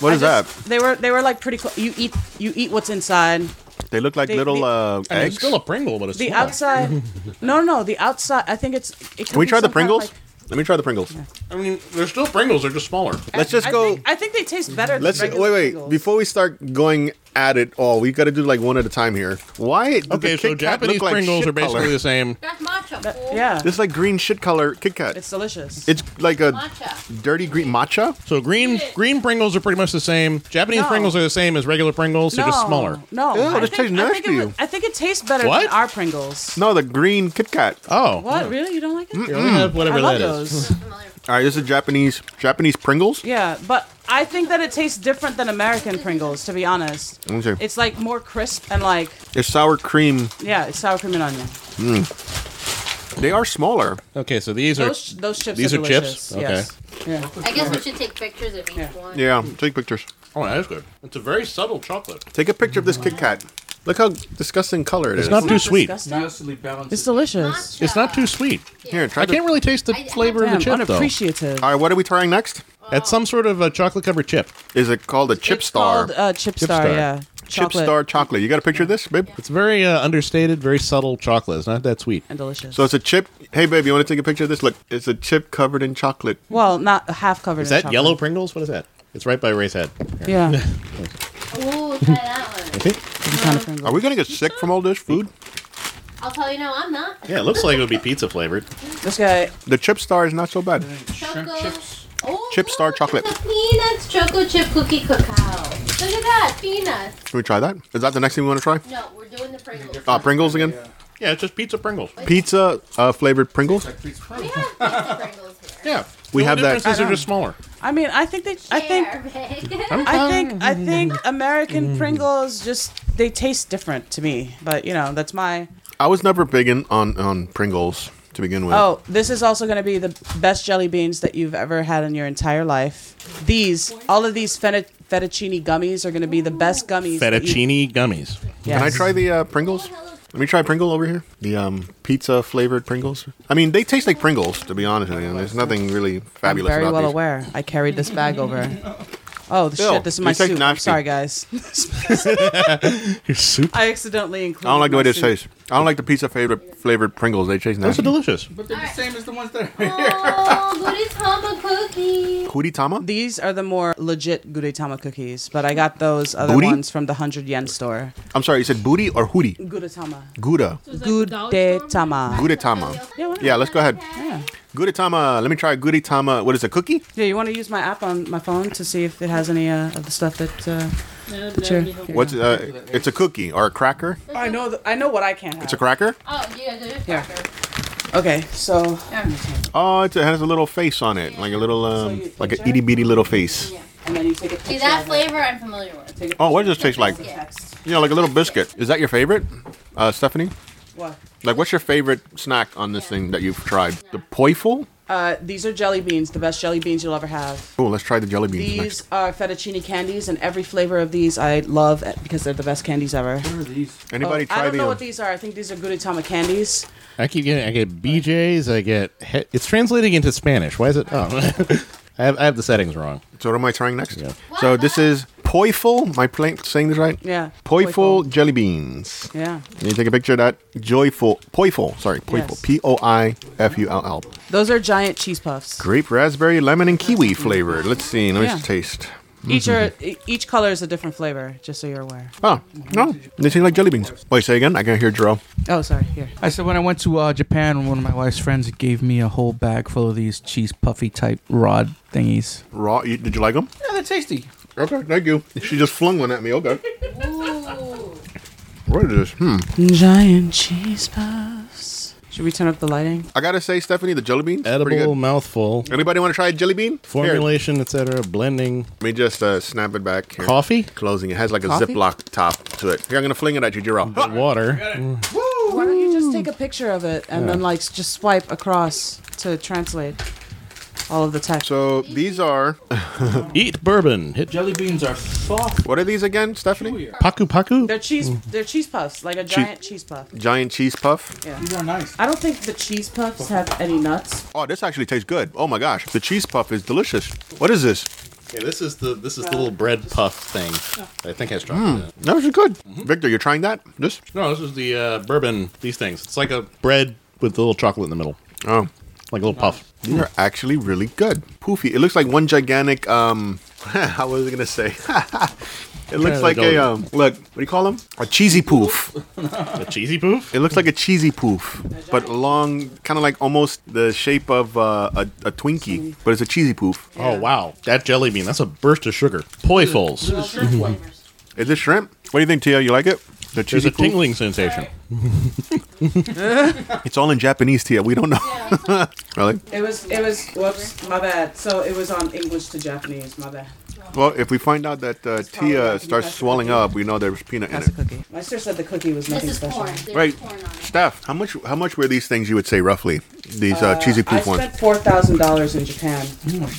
S4: What is
S3: I just- They were they were like pretty. Cl- you eat you eat what's inside.
S4: that? They look like
S3: they-
S4: little
S3: they-
S4: uh,
S2: I mean,
S4: eggs.
S2: it's still a Pringle, but it's
S3: The
S2: small.
S3: outside. no, no, no, the outside. I think it's. It
S4: Can we try the Pringles? Let me try the Pringles.
S2: I mean, they're still Pringles. They're just smaller.
S4: Let's just
S3: I
S4: go.
S3: think, I think they taste better. than
S4: Let's wait,
S3: regular
S4: wait.
S3: Pringles.
S4: Before we start going at it all, we got to do like one at a time here. Why? did
S2: Okay,
S4: the
S2: so
S4: Kit Kat
S2: Japanese
S4: look like
S2: Pringles
S4: shit
S2: are basically
S4: color?
S2: the same.
S5: That's matcha. fool.
S3: Yeah,
S4: This is like green shit color Kit Kat.
S3: it's
S4: It's,
S3: delicious.
S4: like a
S5: Matcha.
S4: dirty green matcha.
S2: So green green Pringles are pretty much the same. Japanese
S3: No.
S2: Pringles are the same as regular Pringles.
S3: no,
S2: They're just smaller.
S3: No,
S4: Ew,
S3: I
S4: this
S3: think-
S4: tastes
S3: I think it
S4: nasty.
S3: would- I think it tastes better
S2: What?
S3: than our Pringles.
S4: No, Mm. the green Kit Kat.
S2: Oh,
S3: What?
S2: yeah.
S3: Really? You don't like it?
S2: Here, let me
S4: Hmm.
S2: have
S3: I
S2: whatever
S3: love
S2: that is.
S3: those.
S4: All right, this is Japanese Japanese Pringles.
S3: yeah, but I think that it tastes different than American Pringles. To be honest,
S4: Let me see.
S3: it's like more crisp and like
S4: It's sour cream.
S3: Yeah, it's sour cream and onion.
S4: They are smaller.
S2: Okay, so these are
S3: Those those chips.
S2: these
S3: are,
S2: are chips?
S3: delicious. Yes. Yeah.
S5: I guess we should take pictures of each one.
S4: Yeah, take pictures.
S2: Oh, that's good. It's a very subtle chocolate.
S4: Take a picture of this Kit Kat. Look how disgusting color it is.
S2: It's not too sweet.
S3: Disgusting.
S7: Nicely balanced.
S3: It's delicious.
S2: It's not too sweet.
S4: Here, try
S2: I
S4: the-
S2: can't really taste the
S5: I- I
S2: flavor of
S3: Damn,
S2: the chip though.
S3: unappreciative.
S4: All right, what are we trying next?
S2: That's some sort of a chocolate covered chip.
S4: Is it called a chip
S3: it's
S4: star?
S3: Called, uh, chip,
S2: Chip
S3: star,
S2: Star.
S3: Yeah.
S4: Chip
S3: Chocolate.
S4: Star chocolate. You got a picture of this, babe?
S2: It's very uh, understated, very subtle chocolate. It's not that sweet.
S3: and delicious.
S4: So it's a chip. Hey, babe, you want to take a picture of this? Look, it's a chip covered in chocolate.
S3: well, not half covered.
S2: Is
S3: in
S2: that
S3: chocolate.
S2: yellow Pringles? What is that? It's right by Ray's head. Here.
S3: Yeah.
S5: Ooh, try that one.
S2: Okay.
S3: Some kind of Pringles.
S4: Are we gonna get sick from all this food?
S5: I'll tell you no, I'm not.
S2: Yeah, it looks like it would be pizza flavored.
S3: This guy.
S4: The chip star is not so bad.
S5: Choco.
S7: chips.
S5: Oh,
S4: Chip Star
S5: look,
S4: chocolate.
S5: it's a peanuts choco chip cookie cacao. Look at that, peanuts.
S4: Can we try that? Is that the next thing we want to try?
S5: No, we're doing the Pringles.
S4: Uh, Pringles again?
S2: Yeah, it's just pizza Pringles.
S4: Pizza uh, flavored Pringles.
S5: We have pizza Pringles here.
S2: Yeah.
S4: We
S2: The
S4: have
S2: only
S4: that-
S2: difference is they're just smaller.
S3: I mean, I think they. I think.
S5: think.
S3: I think. I think American
S2: Mm.
S3: Pringles just they taste different to me. But you know, that's my.
S4: I was never big in, on on Pringles to begin with.
S3: Oh, this is also going to be the best jelly beans that you've ever had in your entire life. These, all of these feta, fettuccine gummies are going to be the best gummies. that you-
S2: Fettuccine gummies.
S4: Can I
S3: Yes.
S4: try the uh, Pringles? Let me try Pringle over here. The um, pizza flavored Pringles. I mean, they taste like Pringles, to be honest with you. There's nothing really
S3: I'm
S4: fabulous
S3: very
S4: about
S3: well
S4: these.
S3: aware. I carried this bag over. Oh, the
S4: Ew,
S3: shit! This is my
S4: they taste
S3: soup.
S4: nasty.
S3: Sorry, guys.
S2: Your soup.
S3: I accidentally included.
S4: I don't like the way
S3: my
S4: this
S3: soup.
S4: tastes. I don't like the pizza flavored flavored Pringles. They taste
S2: Those are
S4: nasty.
S2: delicious.
S7: But they're the same as the ones that are
S5: Oh, Goody Tama cookie.
S4: Kuritama?
S3: These are the more legit Gudetama cookies, but I got those other
S4: Booty?
S3: ones from the hundred yen store.
S4: I'm sorry, you said booty or hootie?
S3: Gudetama.
S4: Gouda.
S3: Gudetama.
S4: Gudetama.
S3: Yeah, why not?
S4: Yeah, let's go ahead.
S3: yeah.
S4: Gudetama. Let me try Gudetama. What is it, cookie?
S3: Yeah, you want to use my app on my phone to see if it has any uh, of the stuff that. Uh, Sure.
S4: What's uh, It's a cookie or a cracker.
S3: I know. The, I know what I can't have.
S4: It's a cracker?
S5: Oh, yeah, there's
S3: Yeah. Okay, so
S4: Oh, it's, it has a little face on it. Like a little, um,
S3: you-
S4: like an itty bitty little face.
S3: and then you take a picture.
S5: See, that
S3: of it.
S5: flavor I'm familiar with.
S3: Take a
S4: Oh, what does this taste like?
S5: Yeah.
S3: Text.
S4: Yeah, like a little biscuit. Is that your favorite, uh, Stephanie?
S3: What?
S4: Like, what's your favorite snack on this thing that you've tried? The poiful?
S3: Uh, these are jelly beans, the best jelly beans you'll ever have.
S4: Oh, let's try the jelly beans
S3: These
S4: next.
S3: are fettuccine candies, and every flavor of these I love because they're the best candies ever.
S7: What are these?
S4: Anybody
S3: Oh, I
S4: try
S3: don't
S4: the?
S3: know
S4: um,
S3: what these are. I think these are Gudetama candies.
S2: I keep getting. I get BJ's. I get. He- it's translating into Spanish. Why is it? Oh, I have. I have the settings wrong.
S4: so what am I trying next?
S2: Yeah.
S4: So this is poiful. Am I playing, saying this right?
S3: Yeah.
S4: Poiful,
S3: Poiful.
S4: jelly beans.
S3: Yeah.
S4: Can you take a picture of that? Joyful. Poiful. Sorry. Poiful.
S3: Yes.
S4: P O I F U L L.
S3: Those are giant cheese puffs.
S4: Grape, raspberry, lemon, and kiwi flavored. Let's see. Let me
S3: Yeah.
S4: just taste. Mm-hmm.
S3: Each are e- each color is a different flavor, just so you're aware.
S4: Oh, no. They taste like jelly beans. Wait, say again. I can hear Jerome.
S3: Oh, sorry. Here.
S7: I said when I went to uh, Japan, one of my wife's friends gave me a whole bag full of these cheese puffy type rod thingies.
S4: Raw. You, did you like them?
S7: Yeah, they're tasty.
S4: Okay. Thank you. She just flung one at me. Okay. What is this? Hmm.
S3: Giant cheese puffs. Should we turn up the lighting?
S4: I gotta say, Stephanie, the jelly beans. pretty
S2: Edible
S4: good.
S2: mouthful.
S4: Anybody want to try a jelly bean? Here,
S2: Formulation, etc. Blending.
S4: let me just uh, snap it back. Here.
S2: Coffee.
S4: Closing. It has like a
S3: Coffee?
S4: Ziploc top to it. Here, I'm gonna fling it at you, Jerome. Ha!
S2: Water.
S3: Why don't you just take a picture of it and then like s- just swipe across to translate all of the text?
S4: So these are.
S2: Eat bourbon. Hit
S7: Jelly beans are soft.
S4: What are these again, Stephanie?
S2: paku paku.
S3: they're cheese.
S4: Mm.
S3: They're cheese puffs, like a giant cheese puff.
S4: Giant cheese puff.
S7: These are nice.
S3: I don't think the cheese puffs have any nuts.
S4: Oh, this actually tastes good. Oh my gosh, the cheese puff is delicious. What is this?
S2: Yeah, this is the this is the little bread puff thing. I think has chocolate. in it.
S4: That was good. Victor, you're trying that? This?
S2: No, this is the uh, bourbon. These things. It's like a bread with a little chocolate in the middle,
S4: Oh,
S2: like a little puff.
S4: these are actually really good. Poofy. It looks like one gigantic. Um, how was I gonna say? it looks
S2: they
S4: like a
S2: don't.
S4: um. Look, what do you call them? A cheesy poof.
S2: A cheesy poof.
S4: It looks like a cheesy poof, but long, kind of like almost the shape of uh, a, a Twinkie, but it's a cheesy poof.
S2: Oh wow, that jelly bean. That's a burst of sugar. Poifels.
S4: Is this shrimp? What do you think, Tia? You like it? The
S2: There's
S4: cheesy
S2: a
S4: poof?
S2: tingling sensation.
S4: It's all in Japanese, Tia. We don't know. really?
S3: It was. It was. Whoops. My bad. So it was on English to Japanese. My bad.
S4: Well, if we find out that uh,
S3: probably like
S4: Tia
S3: you
S4: starts
S3: have to
S4: swelling
S3: do it.
S4: up, we know there's peanut in
S3: That's
S4: it.
S3: a cookie. My sister said the cookie was
S5: This
S3: nothing
S5: is
S3: special.
S5: corn. There's
S4: Right,
S5: corn on it.
S4: Steph. How much? How much were these things? You would say roughly these uh, cheesy
S3: I
S4: poof ones.
S3: spent four thousand dollars in Japan.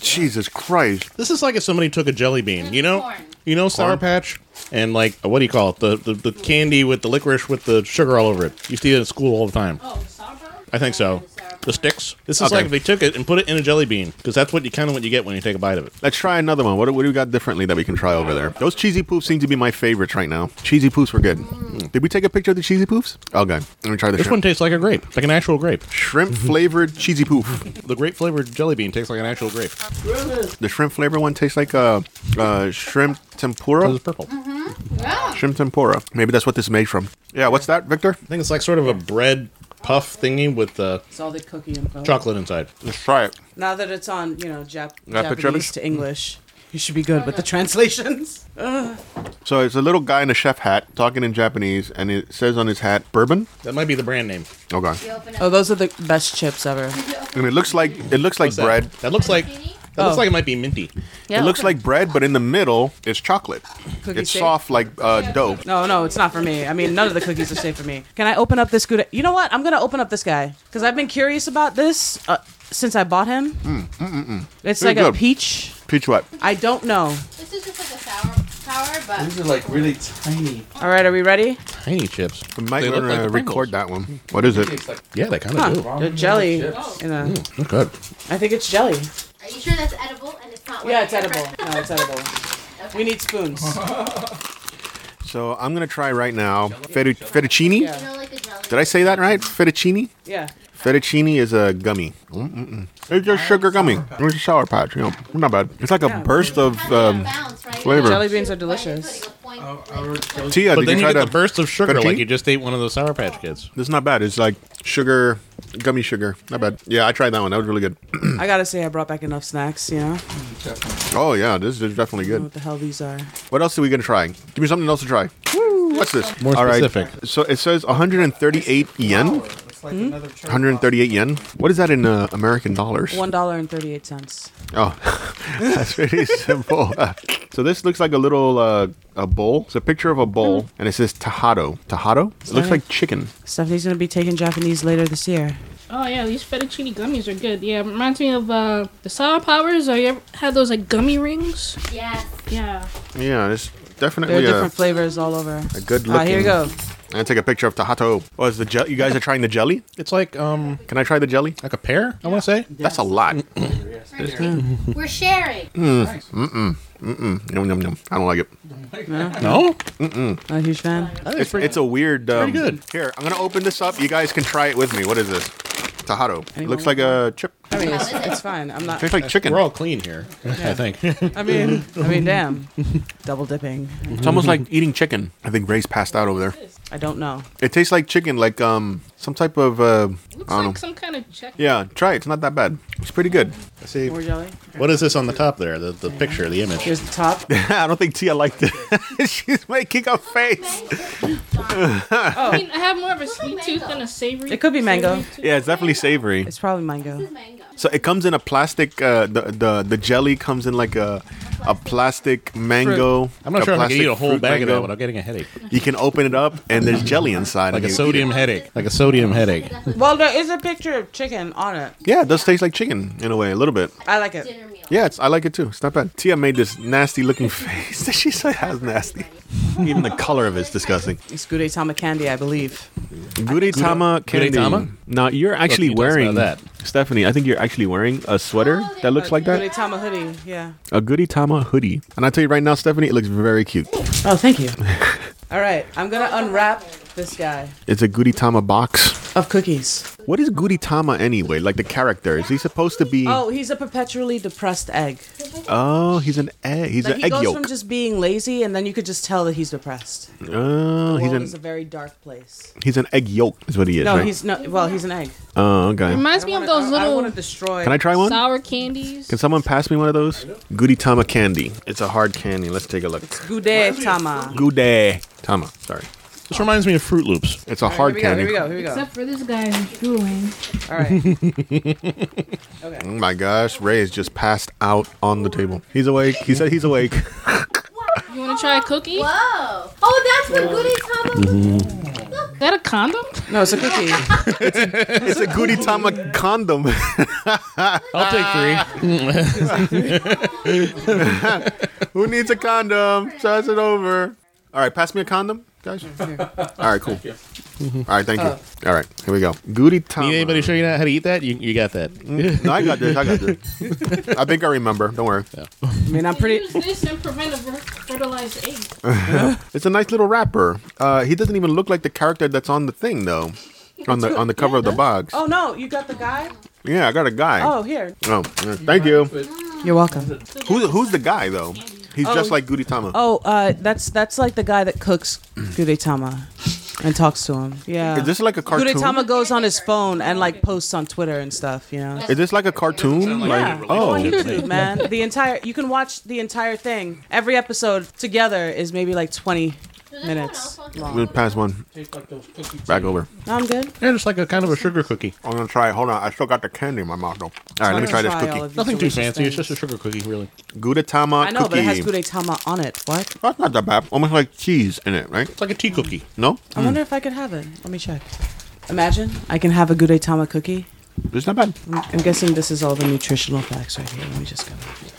S4: Jesus Christ!
S2: This is like if somebody took a jelly bean, you know,
S5: Corn.
S2: you know, Sour
S4: Corn?
S2: Patch, and like what do you call it? The, the the candy with the licorice with the sugar all over it. You see it in school all the time.
S5: Oh, sour patch?
S2: I think so.
S5: Sour
S2: The sticks. This is
S4: Okay.
S2: like if they took it and put it in a jelly bean because that's what you kind of what you get when you take a bite of it.
S4: Let's try another one. What, do- what do we got differently that we can try over there? Those cheesy poofs seem to be my favorites right now. Cheesy poofs were good.
S3: Mm.
S4: Did we take a picture of the cheesy poofs? Okay. Let me try the
S2: This one Mm-hmm.
S4: shrimp.
S2: tastes like a grape, like an actual grape.
S4: shrimp flavored cheesy poof.
S2: The grape flavored jelly bean tastes like an actual grape
S4: The shrimp flavor one tastes like uh, uh, shrimp tempura.
S2: because it's purple.
S5: Mm-hmm.
S2: I
S4: Shrimp tempura. Maybe that's what this is made from. Yeah, what's that, Victor?
S2: think it's like sort of a bread puff thingy with uh,
S3: Solid cookie and oh.
S2: chocolate inside.
S4: Let's try it.
S3: Now that it's on, you know, Jap-
S4: Yeah,
S3: Japanese
S4: but Japanese-
S3: to English, you should be good with the translations.
S4: So it's a little guy in a chef hat talking in Japanese, and it says on his hat bourbon.
S2: That might be the brand name.
S4: Oh god!
S5: You open it.
S3: Oh, those are the best chips ever.
S4: And it looks like it looks like
S2: What's that?
S4: bread.
S2: That? looks like
S5: Skinny?
S2: that
S3: Oh.
S2: looks like it might be minty.
S3: Yeah.
S4: It looks like bread, but in the middle it's chocolate.
S3: Cookie
S4: it's
S3: shape?
S4: soft like uh, dough.
S3: No, no, it's not for me. I mean, none of the cookies are safe for me. Can I open up this Gouda? You know what? I'm gonna open up this guy because I've been curious about this uh, since I bought him.
S4: Mm,
S3: It's
S4: Very
S3: like a
S4: good.
S3: peach.
S4: Peach what?
S3: I don't know.
S5: This is just like a sour sour, but
S7: These are like really tiny.
S3: All right, are we ready?
S2: Tiny chips.
S4: We might
S2: They look
S4: wanna
S2: like the Pringles.
S4: record that one. What is it?
S7: It's like
S2: Yeah, they kind of
S3: Huh.
S2: do.
S3: They're jelly.
S7: chips.
S3: in a-
S2: They're good.
S3: I think it's jelly.
S5: are you sure that's edible and it's not?
S3: Yeah,
S5: like
S3: it's edible. No, it's edible. We need spoons.
S4: So I'm gonna try right now. Fettu- fettuccine.
S5: You
S3: Yeah.
S5: know, like a jelly.
S4: Did I say that right? Fettuccine.
S3: Yeah.
S4: Fettuccine is a gummy. Mm-mm-mm. It's just sugar gummy. It's a sour patch. You know, not bad. It's like a burst of
S5: How does that
S4: um,
S5: bounce, right?
S4: flavor.
S5: Why are
S3: Jelly
S5: you
S3: beans are
S5: putting a
S3: delicious.
S5: point-
S4: tea.
S2: But then
S4: Did you
S2: you,
S4: try
S2: get
S4: to?
S2: the burst of sugar
S4: Fettuccine?
S2: like you just ate one of those Sour Patch Kids.
S4: It's not bad. It's like sugar, gummy sugar. Not bad. Yeah, I tried that one. That was really good.
S3: I gotta say, I brought back enough snacks. You know,
S4: Oh yeah, this is definitely
S3: know
S4: good.
S3: what the hell these are.
S4: What else are we gonna try? Give me something else to try. What's this?
S2: More specific.
S4: So it says 138 yen.
S7: It's like another chip.
S4: 138 yen. What is that in uh, American dollars?
S3: One dollar and thirty-eight cents.
S4: Oh, that's pretty simple. so this looks like a little uh, a bowl. It's a picture of a
S3: Mm.
S4: bowl, and it says tahado. Tahado. It looks
S3: Sorry.
S4: like chicken.
S3: Stephanie's gonna be taking Japanese later this year.
S6: Oh yeah, these fettuccine gummies are good. Yeah, it reminds me of uh, the sour powers. Have you ever had those like gummy rings?
S5: Yes.
S6: Yeah.
S4: Yeah, it's
S3: There are
S4: definitely a,
S3: different flavors all over.
S4: a good
S3: Ah,
S4: looking.
S3: here you go.
S4: I'm gonna take a picture of tahado. Oh, is the je- you guys are trying the jelly?
S2: It's like um
S4: Can I try the jelly?
S2: like a pear. I want to say.
S4: That's a lot.
S5: We're sharing.
S4: Yum, yum, yum. I don't like it.
S2: No,
S3: Not a huge fan.
S2: I think
S4: It's, it's a weird.
S2: pretty
S4: Um,
S2: good.
S4: Here, I'm gonna open this up. You guys can try it with me. What is this? Tahado.
S3: Anyone
S4: Looks like a chip.
S3: I mean, it's, it's fine. I'm not.
S4: Tastes like chicken.
S2: We're all clean here, I think.
S3: I mean, I mean, damn. Double dipping.
S4: It's almost like eating chicken. I think Ray's passed out over there.
S3: I don't know.
S4: It tastes like chicken, like um some type of uh,
S6: Looks
S4: I don't
S6: like
S4: know.
S6: some kind of check.
S4: Yeah, try it. It's not that bad. It's pretty good.
S2: See,
S3: More jelly.
S2: what is this on the top there? The, the picture, the image.
S3: Here's the top.
S4: I don't think Tia liked it. She's making a face.
S6: I mean, I have more of a sweet tooth than a savory.
S3: It could be mango.
S6: savory tooth.
S4: Yeah, it's definitely savory.
S3: It's probably mango.
S5: Mango.
S4: So it comes in a plastic. Uh, the the the jelly comes in like a a plastic mango.
S2: I'm not sure if I can
S4: plastic
S2: eat a whole
S4: fruit
S2: bag of that
S4: mango.
S2: without getting a headache,
S4: You can open it up and there's jelly inside.
S2: like
S4: and
S2: a
S4: you eat
S2: sodium
S4: it.
S2: headache, like a sodium headache.
S3: Well, there is a picture of chicken on it.
S4: Yeah, it does taste like chicken in a way, a little bit.
S3: I like it.
S5: Dinner meal.
S4: Yeah, it's, I like it too. It's not bad. Tia made this nasty looking face that she said has nasty. Even the color of it's disgusting.
S3: It's Gudetama candy, I believe.
S4: Gudetama candy.
S2: Gudetama?
S4: No, you're actually
S2: you talked about
S4: wearing
S2: that.
S4: Stephanie. I think you're actually wearing a sweater
S5: Oh,
S4: that looks like that.
S3: Gudetama hoodie. Yeah.
S4: A Gudetama hoodie. And I tell you right now, Stephanie, it looks very cute.
S3: Oh, thank you. All right, I'm gonna unwrap this guy
S4: It's a Gudetama box.
S3: of cookies.
S4: What is Gudetama anyway? Like the character? Is he supposed to be?
S3: Oh, he's a perpetually depressed egg.
S4: Oh, he's an egg. He's
S3: Like
S4: an
S3: he
S4: egg
S3: goes
S4: yolk.
S3: from just being lazy, and then you could just tell that he's depressed.
S4: oh,
S3: The
S4: he's
S3: world
S4: an
S3: is a very dark place.
S4: he's an egg yolk. Is what he is.
S3: No,
S4: right?
S3: he's no. Well, he's an egg.
S4: Oh, okay.
S6: Reminds me of those
S3: I don't
S6: little
S3: want to destroy.
S4: Can I try one?
S6: sour candies.
S4: Can someone pass me one of those? Gudetama candy. It's a hard candy. Let's take a look.
S3: Gudetama.
S4: Gudetama. Sorry.
S2: This reminds me of Fruit Loops.
S4: It's a hard
S3: here
S4: candy.
S3: we go. Here we go. Here
S6: Except for this guy who's drooling.
S3: we go. All right.
S4: Oh my gosh, Ray is just passed out on the table. He's awake. He said he's awake.
S6: You want to try a cookie?
S5: Whoa. Oh, that's the goody tama.
S3: Mm-hmm.
S5: mm
S6: Is that a condom?
S3: No, it's a cookie.
S4: it's a Gudetama condom.
S2: I'll take three.
S4: Who needs a condom? Toss it over. All right, pass me a condom. guys? All right, cool.
S7: Thank you.
S4: All right, thank you. All right, here we go. Goody Tama.
S2: Need anybody show you how to eat that? You, you got that.
S4: No, I got this. I got this. I think I remember. Don't worry.
S3: I mean, I'm pretty.
S6: Use this and prevent a ver- fertilized egg.
S4: It's a nice little wrapper. Uh, he doesn't even look like the character that's on the thing though, on the on the cover of the box.
S3: Oh no, you got the guy.
S4: Yeah, I got a guy.
S3: Oh, here.
S4: Oh, yeah, thank you.
S3: You're welcome.
S4: Who's who's the guy though? He's just
S3: Oh.
S4: like Goody Tama.
S3: Oh, uh, that's that's like the guy that cooks gudetama and talks to him. Yeah.
S4: Is this like a cartoon?
S3: Gudetama goes on his phone and like posts on Twitter and stuff. You know.
S4: Is this like a cartoon? Like,
S3: Yeah.
S4: oh,
S3: on YouTube, man. The entire you can watch the entire thing. Every episode together is maybe like 20 minutes long.
S4: we'll pass one back over.
S3: No, I'm good.
S2: Yeah, just like a kind of a sugar cookie.
S4: I'm gonna try. it. Hold on, I still got the candy in my mouth though. All right, let me try this cookie.
S2: Nothing too fancy. It's just a sugar cookie, really.
S4: Gudetama
S3: I know,
S4: cookie.
S3: but it has gudetama on it. What?
S4: That's not that bad. Almost like cheese in it, right?
S2: It's like a tea cookie.
S4: No,
S3: I wonder if I could have it. Let me check. Imagine I can have a gudetama cookie.
S4: it's not bad.
S3: I'm, I'm guessing this is all the nutritional facts right here. Let me just go.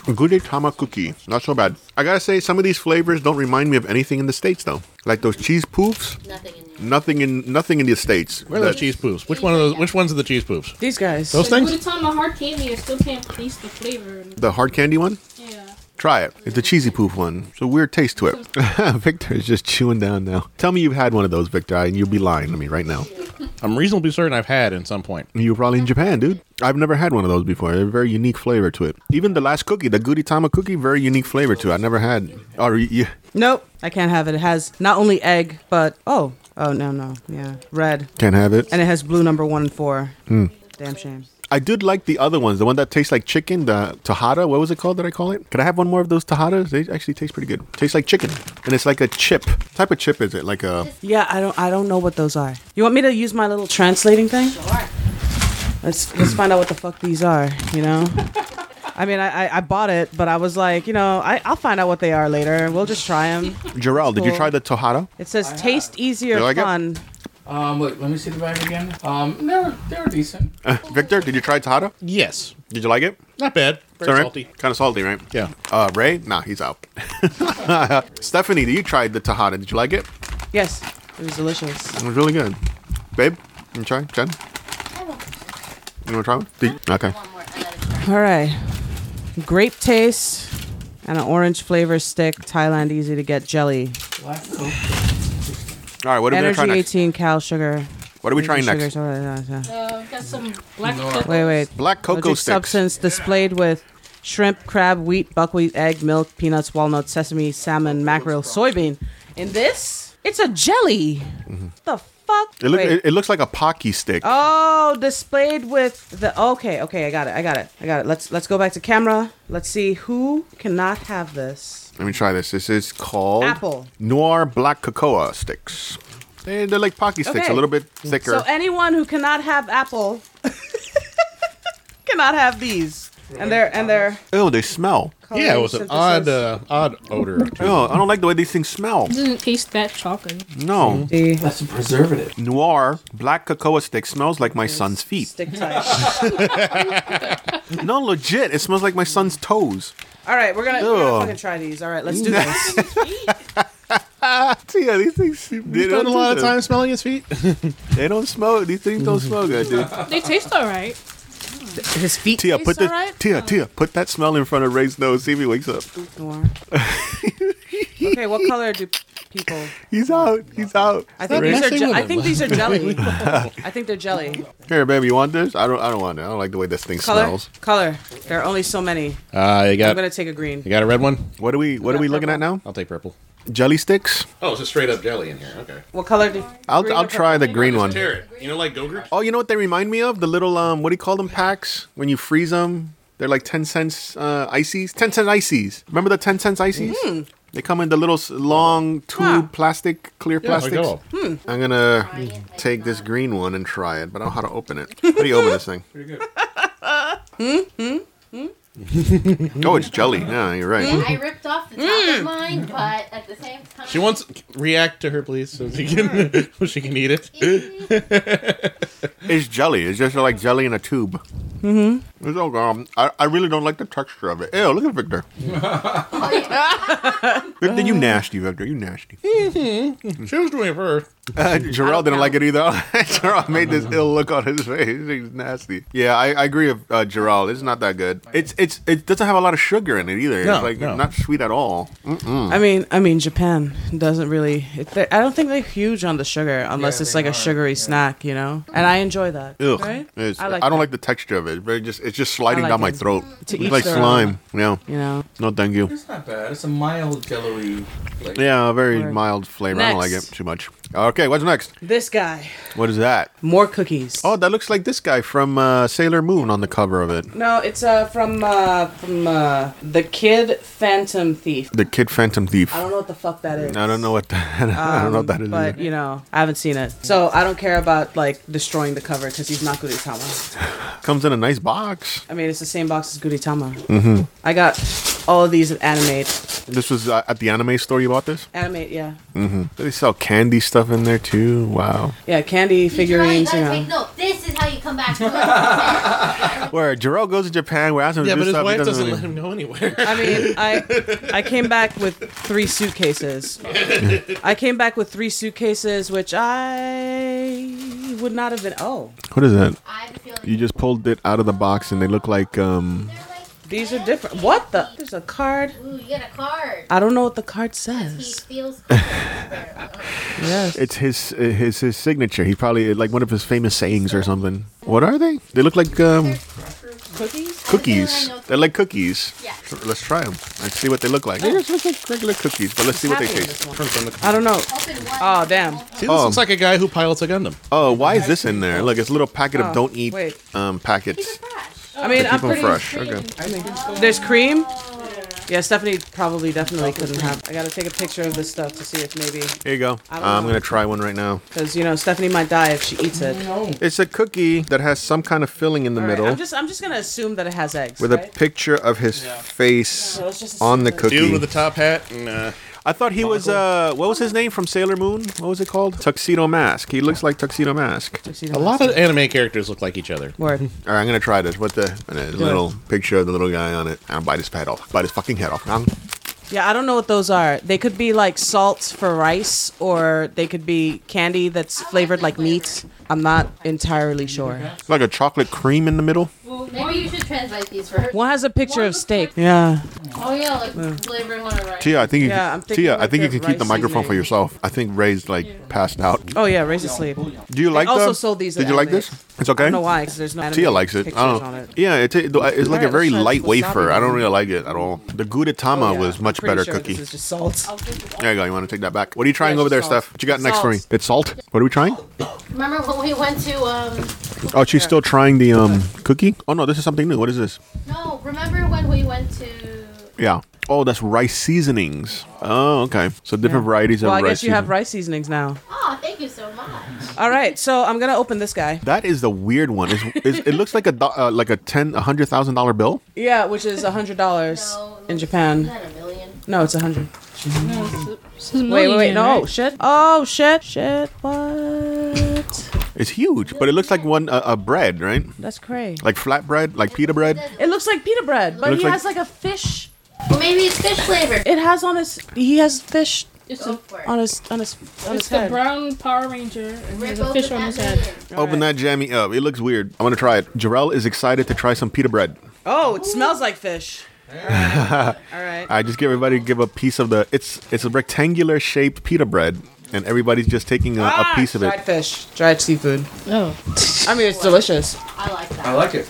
S4: Gudetama cookie, not so bad. I gotta say, some of these flavors don't remind me of anything in the states though. Like those cheese poofs,
S5: Nothing in there.
S4: nothing in nothing in the states.
S2: Where are those
S4: that-
S2: cheese poofs? Which one of those? Which ones are the cheese poofs?
S3: These guys.
S2: Those
S6: Like,
S2: things?
S6: by the time a hard candy, I still can't place the flavor. And,
S4: The hard candy one.
S6: yeah.
S4: Try it. It's a cheesy poof one. It's a weird taste to it. Victor is just chewing down now. Tell me you've had one of those, Victor, and you'll be lying to me right now.
S2: I'm reasonably certain I've had in some point.
S4: You were probably in Japan, dude. I've never had one of those before. They're a very unique flavor to it. Even the last cookie, the Gudetama cookie, very unique flavor to it. I never had. Or yeah,
S3: Nope, I can't have it. It has not only egg, but oh, oh no, no, yeah, red,
S4: can't have it.
S3: and it has blue number one and four. Damn shame.
S4: I did like the other ones. The one that tastes like chicken, the Tahada. What was it called? Did I call it? Could I have one more of those Tahadas? They actually taste pretty good. Tastes like chicken, and it's like a chip. What type of chip is it? Like a
S3: Yeah, I don't, I don't know what those are. You want me to use my little translating thing?
S5: Sure.
S3: Let's let's find out what the fuck these are. You know. I mean, I, I, I bought it, but I was like, you know, I, I'll find out what they are later. We'll just try them.
S4: Gerald? Did you
S3: Cool.
S4: try the Tahada?
S3: It says taste easier
S4: You like it?
S3: fun.
S7: Um, wait, let me see the bag again. Um, they're they're decent.
S4: Victor, did you try Tahada?
S2: Yes,
S4: Did you like it?
S2: not bad. Very salty.
S4: Kind of salty, right?
S2: Yeah.
S4: Uh, Ray? Nah, he's out. Stephanie, you tried the Tahada. Did you like it?
S3: Yes, it was delicious.
S4: It was really good. Babe, you try? Jen?
S5: I want
S4: You want to try one? Did- okay.
S5: one more. I gotta try.
S3: All right. Grape taste and an orange flavor stick, Thailand easy to get jelly.
S7: Black Coke.
S4: All right, what are we going to
S3: Energy
S4: try next?
S3: 18 cal sugar.
S4: What are we trying
S3: sugar,
S4: next?
S3: so- uh, uh, uh.
S6: Uh, got some black
S7: No.
S6: cocoa.
S3: Wait, wait.
S4: Black cocoa
S3: Allergic
S4: sticks.
S3: substance displayed with shrimp, crab, wheat, buckwheat, egg, milk, peanuts, walnut, sesame, salmon, mackerel, soybean. In this, it's a jelly. What the fuck?
S4: Mm-hmm. It, look,
S3: Wait.
S4: it, it looks like a Pocky stick.
S3: Oh, displayed with the okay, okay, I got it, I got it, I got it. Let's let's go back to camera. Let's see who cannot have this.
S4: Let me try this. This is called
S3: Apple.
S4: Noir Black Cocoa Sticks. They, they're like Pocky sticks,
S3: Okay.
S4: a little bit thicker.
S3: So anyone who cannot have apple cannot have these. And they're and they're
S4: oh, they smell.
S2: Yeah, it was an
S3: coloring
S2: odd,
S3: synthesis.
S2: uh, odd odor. to it.
S4: Oh, I don't like the way these things smell.
S6: It doesn't taste that chocolate.
S4: No.
S3: The
S7: That's a preservative.
S4: Noir Black Cocoa Stick smells like my son's feet.
S3: stick type.
S4: No, legit. It smells like my son's toes.
S3: All right, we're gonna, we're gonna
S4: Ew.
S3: fucking try these. All right, let's do this.
S4: See, yeah, these things. They
S2: Spent a lot of time smelling his feet.
S4: They don't smell. These things don't smell good, dude.
S6: They taste alright.
S3: His feet
S4: Tia, put the
S3: alright?
S4: Tia, Tia, put that smell in front of Ray's nose. See if he wakes up.
S3: Noir. okay, what color do people?
S4: He's out. He's out.
S3: I think these are.
S2: messing
S3: Je-
S2: with
S3: I
S2: him.
S3: think these are jelly. I think they're jelly.
S4: Here, baby, you want this? I don't. I don't want it. I don't like the way this thing
S3: Color.
S4: smells.
S3: Color. There are only so many.
S2: Uh, you
S3: I'm
S2: got,
S3: gonna take a green.
S2: you got a red one.
S4: What are we? What are we looking at now?
S2: I'll take purple.
S4: Jelly sticks.
S2: Oh, it's just straight up jelly in here. Okay.
S3: What color do?
S4: I'll
S3: green
S4: I'll
S3: or
S4: try the
S3: purple?
S4: green one.
S2: it. You know, like Gogurt.
S4: Oh, you know what they remind me of? The little um, what do you call them? Packs when you freeze them. They're like ten cents uh, ices. Ten cent ices. Remember the ten cents ices? They come in the little s- long tube
S3: Mm-hmm. Huh.
S4: plastic, clear
S2: Yeah, I
S4: plastics.
S2: go.
S8: oh.
S4: I'm gonna take this green one and try it, but I don't know how to open it. How do you open this thing?
S7: Pretty good.
S4: Oh, it's jelly. Yeah, you're right.
S5: I ripped off the top
S3: Mm.
S5: of mine, but at the same time.
S2: She wants react to her, please, so she can so she can eat it.
S4: It's jelly. It's just like jelly in a tube. It's all gone. I, I really don't like the texture of it. Ew, look at Victor. Victor, you nasty, Victor. You nasty.
S2: She was doing it first.
S4: Uh, Jarrell didn't like it either. Jarrell made this ill look on his face. He's nasty. Yeah, I, I agree with uh, Jarrell. It's not that good. It's it's it doesn't have a lot of sugar in it either.
S2: No,
S4: it's like
S2: no.
S4: not sweet at all.
S3: I mean, I mean, Japan doesn't really. It, they- I don't think they're huge on the sugar unless it's like a sugary snack, you know. And I enjoy that.
S4: Ugh.
S3: Right?
S4: It's- I,
S3: I like
S4: don't
S3: that.
S4: like the texture of it. It's very just it's just sliding
S3: I like
S4: down my
S3: it.
S4: throat.
S3: To
S4: It's
S3: each
S4: like
S3: their
S4: slime. Yeah.
S3: You know.
S4: No, thank you.
S7: It's not bad. It's a mild jelloy. Like,
S4: Yeah, very
S3: Word.
S4: mild flavor. I don't like it
S3: Next.
S4: too much. Okay, what's next?
S3: This guy.
S4: What is that?
S3: More cookies.
S4: Oh, that looks like this guy from uh, Sailor Moon on the cover of it.
S3: No, it's uh from uh from uh the Kid Phantom Thief.
S4: The Kid Phantom Thief.
S3: I don't Um, know what the fuck that is.
S4: I don't know what that. I don't know what that is.
S3: But
S4: either.
S3: you know, I haven't seen it, so I don't care about like destroying the cover because he's not Gudetama.
S4: Comes in a nice box.
S3: I mean, it's the same box as Gudetama. Mm-hmm. I got all of these at Animate.
S4: This was uh, at the anime store. You bought this?
S3: Animate, yeah,
S4: They sell candy stuff in there too. Wow.
S3: yeah, candy figurines. You
S5: gotta
S3: know,
S5: take note. This is how you come back. to life.
S4: Where Jarrell goes to Japan, we're asking him
S2: Yeah,
S4: to do
S2: but his
S4: stuff. he
S2: wife doesn't,
S4: really-
S2: let him go anywhere.
S3: I mean, I I came back with three suitcases. I came back with three suitcases, which I would not have been. Oh,
S4: What is that?
S5: I have a feeling
S4: You just pulled it out of the box, and they look like um.
S5: they're like,
S3: these are different. What the? There's a card.
S5: ooh, you get a card.
S3: I don't know what the card
S5: He
S3: says.
S5: feels comfortable.
S3: Yes.
S4: It's his his his signature. He probably like one of his famous sayings or something. What are they? They look like um
S3: Cookies?
S4: cookies. They're like cookies.
S5: Yeah.
S4: Let's try them. Let's see what they look like. They just look like regular cookies, but let's see what they
S3: Happy with
S4: taste.
S3: this one.
S2: From the-
S3: I don't know.
S5: Open one.
S3: Oh, damn.
S2: See, this
S4: Oh.
S2: looks like a guy who pilots a Gundam.
S4: Oh, why is this in there? Look, it's a little packet of
S3: Oh,
S4: don't eat
S3: wait.
S4: um packets.
S3: I mean, I'm
S4: Keep them
S3: pretty.
S4: fresh. Okay.
S3: There's cream. Yeah, Stephanie probably definitely couldn't have. I gotta take a picture of this stuff to see if maybe,
S4: Here you go. Uh,
S3: I don't
S4: I'm
S3: know.
S4: gonna try one right now.
S3: because you know Stephanie might die if she eats it.
S4: It's a cookie that has some kind of filling in the
S3: All right,
S4: middle
S3: I'm just, I'm just gonna assume that it has eggs.
S4: with
S3: right?
S4: a picture of his face
S3: So let's just
S4: on
S3: assume
S4: the
S3: that-
S4: cookie.
S2: Dude with the top hat and uh,
S4: I thought he was uh what was his name from Sailor Moon? What was it called? Tuxedo Mask. He looks like Tuxedo Mask.
S3: Tuxedo
S2: a lot of anime characters look like each other.
S3: Word.
S4: All right, I'm gonna try this. What the? And a little picture of the little guy on it. i will bite his head off. Bite his fucking head off. Um,
S3: Yeah, I don't know what those are. They could be like salt for rice, or they could be candy that's flavored like meat. I'm not entirely sure.
S4: Like a chocolate cream in the middle.
S5: Maybe you should translate these first.
S3: One has a picture of steak. Yeah.
S5: Oh yeah, like flavoring on a rice.
S4: Tia, I think you.
S3: Yeah,
S4: can-
S3: I'm thinking
S4: Tia, I
S3: like
S4: think you
S3: the
S4: can keep the
S3: rice
S4: microphone for
S3: seasoning.
S4: yourself. I think Ray's like passed out.
S3: Oh yeah, raise your sleep. I
S4: Do you like?
S3: also
S4: the-
S3: sold these
S4: Did
S3: at
S4: you like
S3: Animate.
S4: this? It's okay.
S3: don't know why, because there's no. anime
S4: Tia likes it.
S3: pictures
S4: I don't
S3: on
S4: know.
S3: it.
S4: Yeah, it's, it's like a
S3: Alright,
S4: very
S3: let's try
S4: light
S3: wasabi
S4: wafer. I don't
S3: then.
S4: really like it at all. The Gudetama
S3: Oh, Yeah,
S4: was
S3: I'm
S4: much
S3: pretty
S4: better
S3: sure
S4: cookie.
S3: This is just salt.
S4: There you go. You want to take that back? What are you trying
S3: it's
S4: over there,
S3: salt.
S4: Steph? What you got next for me?
S3: Salt.
S4: It's salt. What are we trying?
S5: Remember when we went to um?
S4: Oh, she's still trying the um cookie. Oh no, this is something new. What is this?
S5: No, remember when we went to?
S4: Yeah. Oh, that's rice seasonings. Oh, okay. So different varieties of
S3: Well, I
S4: rice.
S3: guess you have
S4: seasoning.
S3: rice seasonings now.
S5: Oh, thank you so much.
S3: All right, so I'm gonna open this guy.
S4: That is the weird one. It's, it's, it looks like a do- uh, like a ten, a hundred thousand dollar bill.
S3: Yeah, which is a hundred dollars
S5: No,
S3: in
S5: Isn't
S3: Japan.
S5: that a million?
S3: No, it's a hundred.
S6: This is
S3: Wait, wait, wait,
S6: Millionaire,
S3: no
S6: right?
S3: shit. Oh shit, shit. What?
S4: It's huge, but it looks like one uh, a bread, right?
S3: That's cray.
S4: Like flatbread, like pita bread.
S3: It looks like pita bread, but
S4: Looks
S3: he
S4: like-
S3: has like a fish.
S5: Well, maybe it's fish flavor.
S3: It has on his. He has fish
S6: It's,
S5: Go
S6: a,
S5: for
S3: on
S5: it.
S3: his on his on
S6: it's
S3: his
S6: the
S3: head.
S6: brown Power Ranger, and
S5: Rip
S6: there's a fish
S5: open
S6: on his
S5: that
S6: head.
S5: million.
S4: Open that jammy up. It looks weird. I want to try it. Jarrell is excited to try some pita bread.
S3: Oh, it smells like fish. All right.
S4: I just give everybody give a piece of the. It's it's a rectangular shaped pita bread, and everybody's just taking a, a piece of
S3: Ah, dried
S4: it.
S3: fish, dried seafood.
S6: Oh,
S3: I mean, it's delicious.
S5: I like that.
S7: I like it.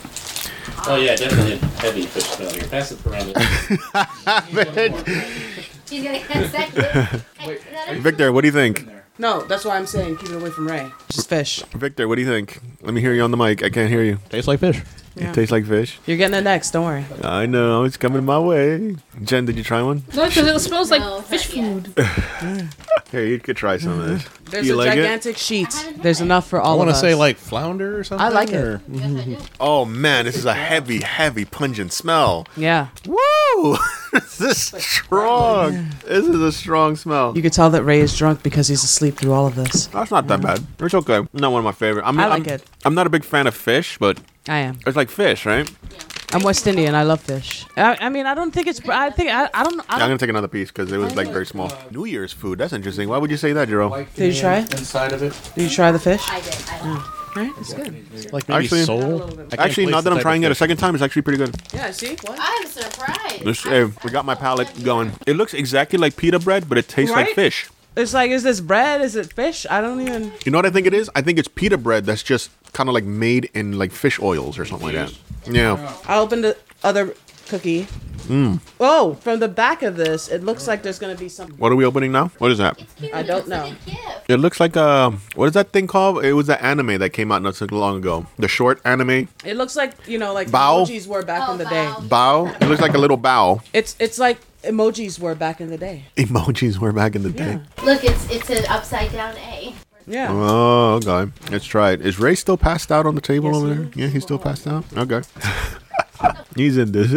S8: Oh yeah, definitely heavy fish failure. Pass it around.
S5: She's gonna get second. Hey, that is-
S4: Victor, what do you think?
S3: No, that's why I'm saying keep it away from Ray. Just fish.
S4: Victor, what do you think? Let me hear you on the mic. I can't hear you.
S2: Tastes like fish.
S3: Yeah.
S4: It tastes like fish.
S3: You're getting it next. Don't worry.
S4: I know it's coming my way. Jen, did you try one?
S6: no, because it smells
S5: No,
S6: like
S5: not
S6: fish
S5: yet.
S6: food.
S4: Here, you could try some of this.
S3: There's
S4: you
S3: a
S4: like it?
S3: gigantic sheet.
S5: haven't
S3: There's
S5: had it.
S3: enough for all
S2: I
S3: of
S2: want to
S3: us.
S2: say like flounder or something.
S3: I like it.
S2: or-
S5: Yes, I do.
S4: Oh man, this is a heavy, heavy, pungent smell.
S3: yeah.
S4: Woo! this is strong. This is a strong smell.
S3: You could tell that Ray is drunk because he's asleep through all of this.
S4: That's not that bad. It's okay. Not one of my favorite. I'm,
S3: I like
S4: am
S3: it.
S4: I'm not a big fan of fish, but
S3: I am.
S4: it's like fish, right?
S3: I'm West Indian. I love fish. I, I mean, I don't think it's. I think I, I don't. I
S4: Yeah, I'm
S3: don't
S4: gonna take another piece because it was like very small. New Year's food. That's interesting. Why would you say that, Jero?
S3: Did you try it?
S7: Inside of it.
S3: Did you try the fish?
S5: I did. I did.
S3: Right, Oh. it's good.
S2: Like maybe
S4: Actually-
S2: soul. I can't
S4: Actually,
S2: place
S4: not
S2: the
S4: that I'm
S2: type
S4: trying
S2: of
S4: it a
S2: fish.
S4: second time. It's actually pretty good.
S3: Yeah. See what?
S5: I'm surprised.
S4: This, eh, we got my palate going. It looks exactly like pita bread, but it tastes like
S3: Right?
S4: fish.
S3: It's like, is this bread? Is it fish? I don't even.
S4: You know what I think it is? I think it's pita bread that's just kind of like made in like fish oils or something like that. Yeah.
S3: I opened the other cookie. Oh, from the back of this, it looks like there's gonna be some.
S4: What are we opening now? What is that?
S5: Cute,
S3: I don't know.
S5: It's a gift.
S4: It looks like a what is that thing called? It was an anime that came out not so long ago. The short anime
S3: It looks like you know, like
S4: Bao?
S3: emojis were back
S5: Oh,
S3: in the
S5: wow.
S3: day.
S4: bow. It looks like a little bow.
S3: It's it's like emojis were back in the day.
S4: Emojis were back in the day.
S5: Look, it's it's an upside down A.
S3: Yeah.
S4: Oh, okay. Let's try it. Is Ray still passed out on the table
S3: Yes,
S4: over
S3: he
S4: there? Yeah, he's still passed out. Okay. he's in this.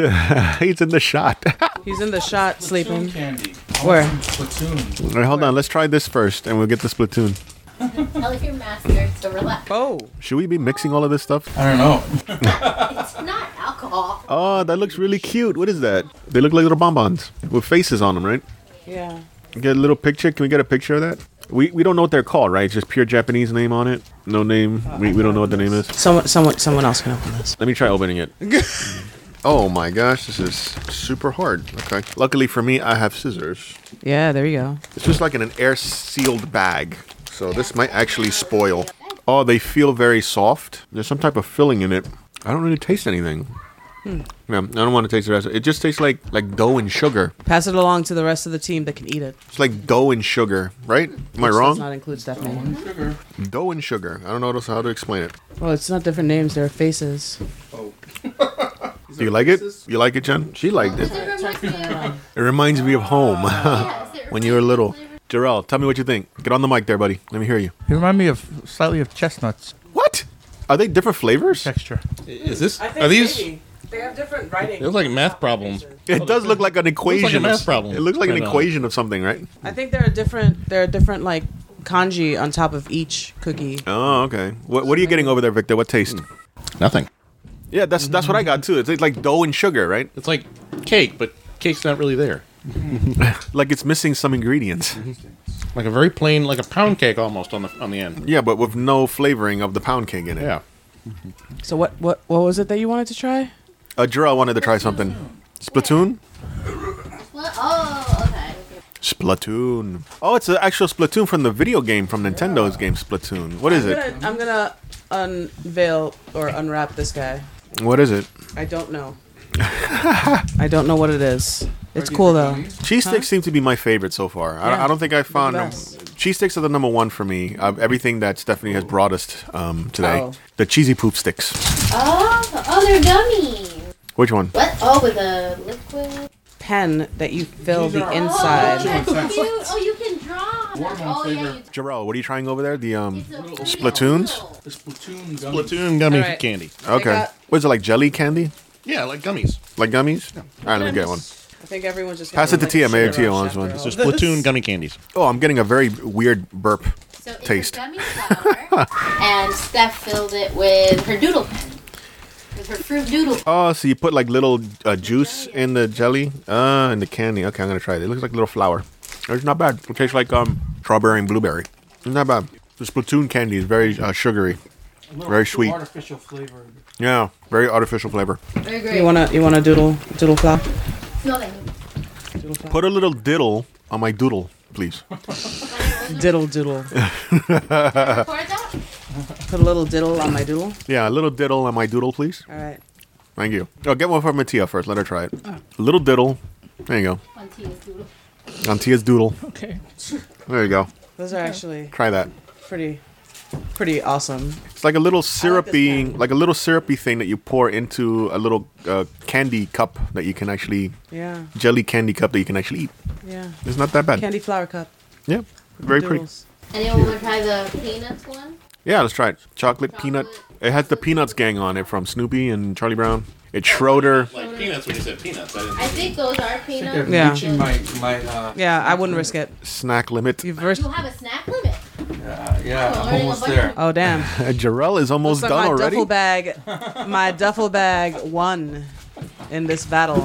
S4: he's in the shot.
S3: He's in the shot
S7: Platoon
S3: sleeping.
S7: candy. I
S3: Where?
S7: want some Platoon.
S4: All right, hold on. Let's try this first, and we'll get the splatoon.
S5: I like your master, so relax.
S3: Oh,
S4: Should we be mixing all of this stuff?
S7: I don't know.
S5: It's not alcohol.
S4: Oh, that looks really cute. What is that? They look like little bonbons with faces on them, right?
S3: yeah.
S4: Get a little picture. Can we get a picture of that? We, we don't know what they're called, right? It's just pure Japanese name on it. No name. We, we don't know what the name is.
S3: Someone someone someone else can open this.
S4: Let me try opening it. oh my gosh, this is super hard. Okay. Luckily for me, I have scissors.
S3: Yeah, there you go.
S4: It's just like in an air sealed bag. So this might actually spoil. Oh, they feel very soft. There's some type of filling in it. I don't really taste anything. Yeah, I don't want to taste the rest. It just tastes like like dough and sugar.
S3: Pass it along to the rest of the team that can eat it.
S4: It's like dough and sugar, right? Am I
S3: Which
S4: wrong?
S3: Does not include Stephanie.
S7: Sugar.
S4: dough and sugar. I don't know how to explain it.
S3: Well, it's not different names. There are faces.
S4: Do you like it? You like it, Jen? She liked it.
S5: It reminds me of-
S4: It reminds me of home
S5: yes, it
S4: when you were
S5: reminds-
S4: little. Jarrell, tell me what you think. Get on the mic there, buddy. Let me hear you.
S7: They remind me of slightly of chestnuts
S4: What? Are they different flavors?
S7: texture.
S2: Is this? Are these? It
S3: They have different writing.
S2: looks like math problems.
S4: It does look like an equation.
S2: math
S4: of s-
S2: problem
S4: It looks like an
S2: right now.
S4: equation of something, right?
S3: I think there are different. There are different like kanji on top of each cookie.
S4: Oh, okay. What, what are you getting over there, Victor? What taste?
S2: Nothing.
S4: Mm. Yeah, that's that's what I got too. It's it's like dough and sugar, right?
S2: It's like cake, but cake's not really there.
S4: Like it's missing some ingredients.
S2: Mm-hmm. Like a very plain, like a pound cake almost on the on the end.
S4: Yeah, but with no flavoring of the pound cake in it.
S2: Yeah.
S3: So what what what was it that you wanted to try?
S4: Uh, Jarrell wanted to try something. Splatoon.
S5: Well, oh, okay.
S4: Splatoon. Oh, it's an actual Splatoon from the video game from Nintendo's game Splatoon. What is
S3: I'm
S4: it?
S3: gonna, I'm gonna unveil or unwrap this guy.
S4: What is it?
S3: I don't know. I don't know what it is. It's cool though.
S4: Cheese sticks seem to be my favorite so far. I,
S3: Yeah,
S4: I don't think I found
S3: best.
S4: cheese sticks are the number one for me. Uh, everything that Stephanie has brought us um, today,
S3: Oh.
S4: the cheesy poop sticks.
S5: Oh, oh, they're gummies.
S4: Which one?
S5: What? Oh, with a liquid.
S3: Pen that you fill the
S5: Oh,
S3: inside.
S5: that's cute. Oh, you can draw. Oh, yeah. You,
S4: Jarrell, what are you trying over there? The um,
S5: it's a wheel.
S4: Splatoons?
S7: This Platoon gummy.
S2: Platoon gummy
S3: All right.
S2: candy.
S4: okay.
S3: got-
S4: What is it like jelly candy?
S2: Yeah, like gummies.
S4: Like gummies? All right, let me get one.
S3: I think everyone's just
S4: Pass
S3: gonna
S4: it to
S3: like
S4: Tia, maybe
S3: shit
S4: Tia
S3: rush
S4: wants
S3: after
S4: one.
S3: all
S4: It's
S2: Just
S3: this.
S2: platoon gummy candies.
S4: Oh, I'm getting a very weird burp.
S5: So it's
S4: Taste.
S5: a gummy flower, and Steph filled it with her doodle pen, with her fruit doodle.
S4: Oh, so you put like little uh, juice in the jelly, uh, in the candy. Okay, I'm gonna try it. It looks like little flour. It's not bad. It tastes like um, strawberry and blueberry. It's not bad. The Splatoon candy is very uh, sugary, very sweet.
S7: Artificial flavor.
S4: Yeah, very artificial flavor.
S5: Very great.
S3: You wanna you wanna doodle doodle flop?
S5: No, thank you.
S4: Put a little diddle on my doodle, please.
S3: Diddle doodle.
S5: Pour it out.
S3: Put a little diddle on my doodle.
S4: Yeah, a little diddle on my doodle, please.
S3: All right.
S4: Thank you. Oh, get one for Mattia first. Let her try it.
S7: Ah.
S4: A little diddle. There you
S5: One tea of doodle.
S4: go. On Tia's doodle.
S7: Okay.
S4: There you go.
S3: Those are actually
S4: Try that.
S3: pretty pretty awesome.
S4: It's like a little syrupy,
S3: candy.
S4: like a little syrupy thing that you pour into a little uh, candy cup that you can actually
S3: Yeah,
S4: jelly candy cup that you can actually eat.
S3: yeah.
S4: It's not that bad.
S3: Candy flower cup.
S4: Yeah, very pretty.
S3: doodles.
S5: Anyone want to try the peanuts one?
S4: Yeah, let's try it. Chocolate peanut.
S5: Chocolate.
S4: It has the Peanuts gang on it from Snoopy and Charlie Brown. It's Schroeder.
S2: Like peanuts when you said peanuts. I didn't
S5: I think those are peanuts.
S3: Yeah.
S7: Reaching my my uh,
S3: Yeah, I wouldn't risk it.
S4: Snack limit.
S3: You versed.
S5: You have a snack limit.
S7: uh, yeah,
S5: Oh,
S7: I'm
S5: already
S7: almost
S5: a bunch
S7: there.
S5: of-
S3: Oh damn!
S4: Jarell is almost
S3: Looks like
S4: done
S3: my
S4: already.
S3: duffel bag, my duffel bag won in this battle.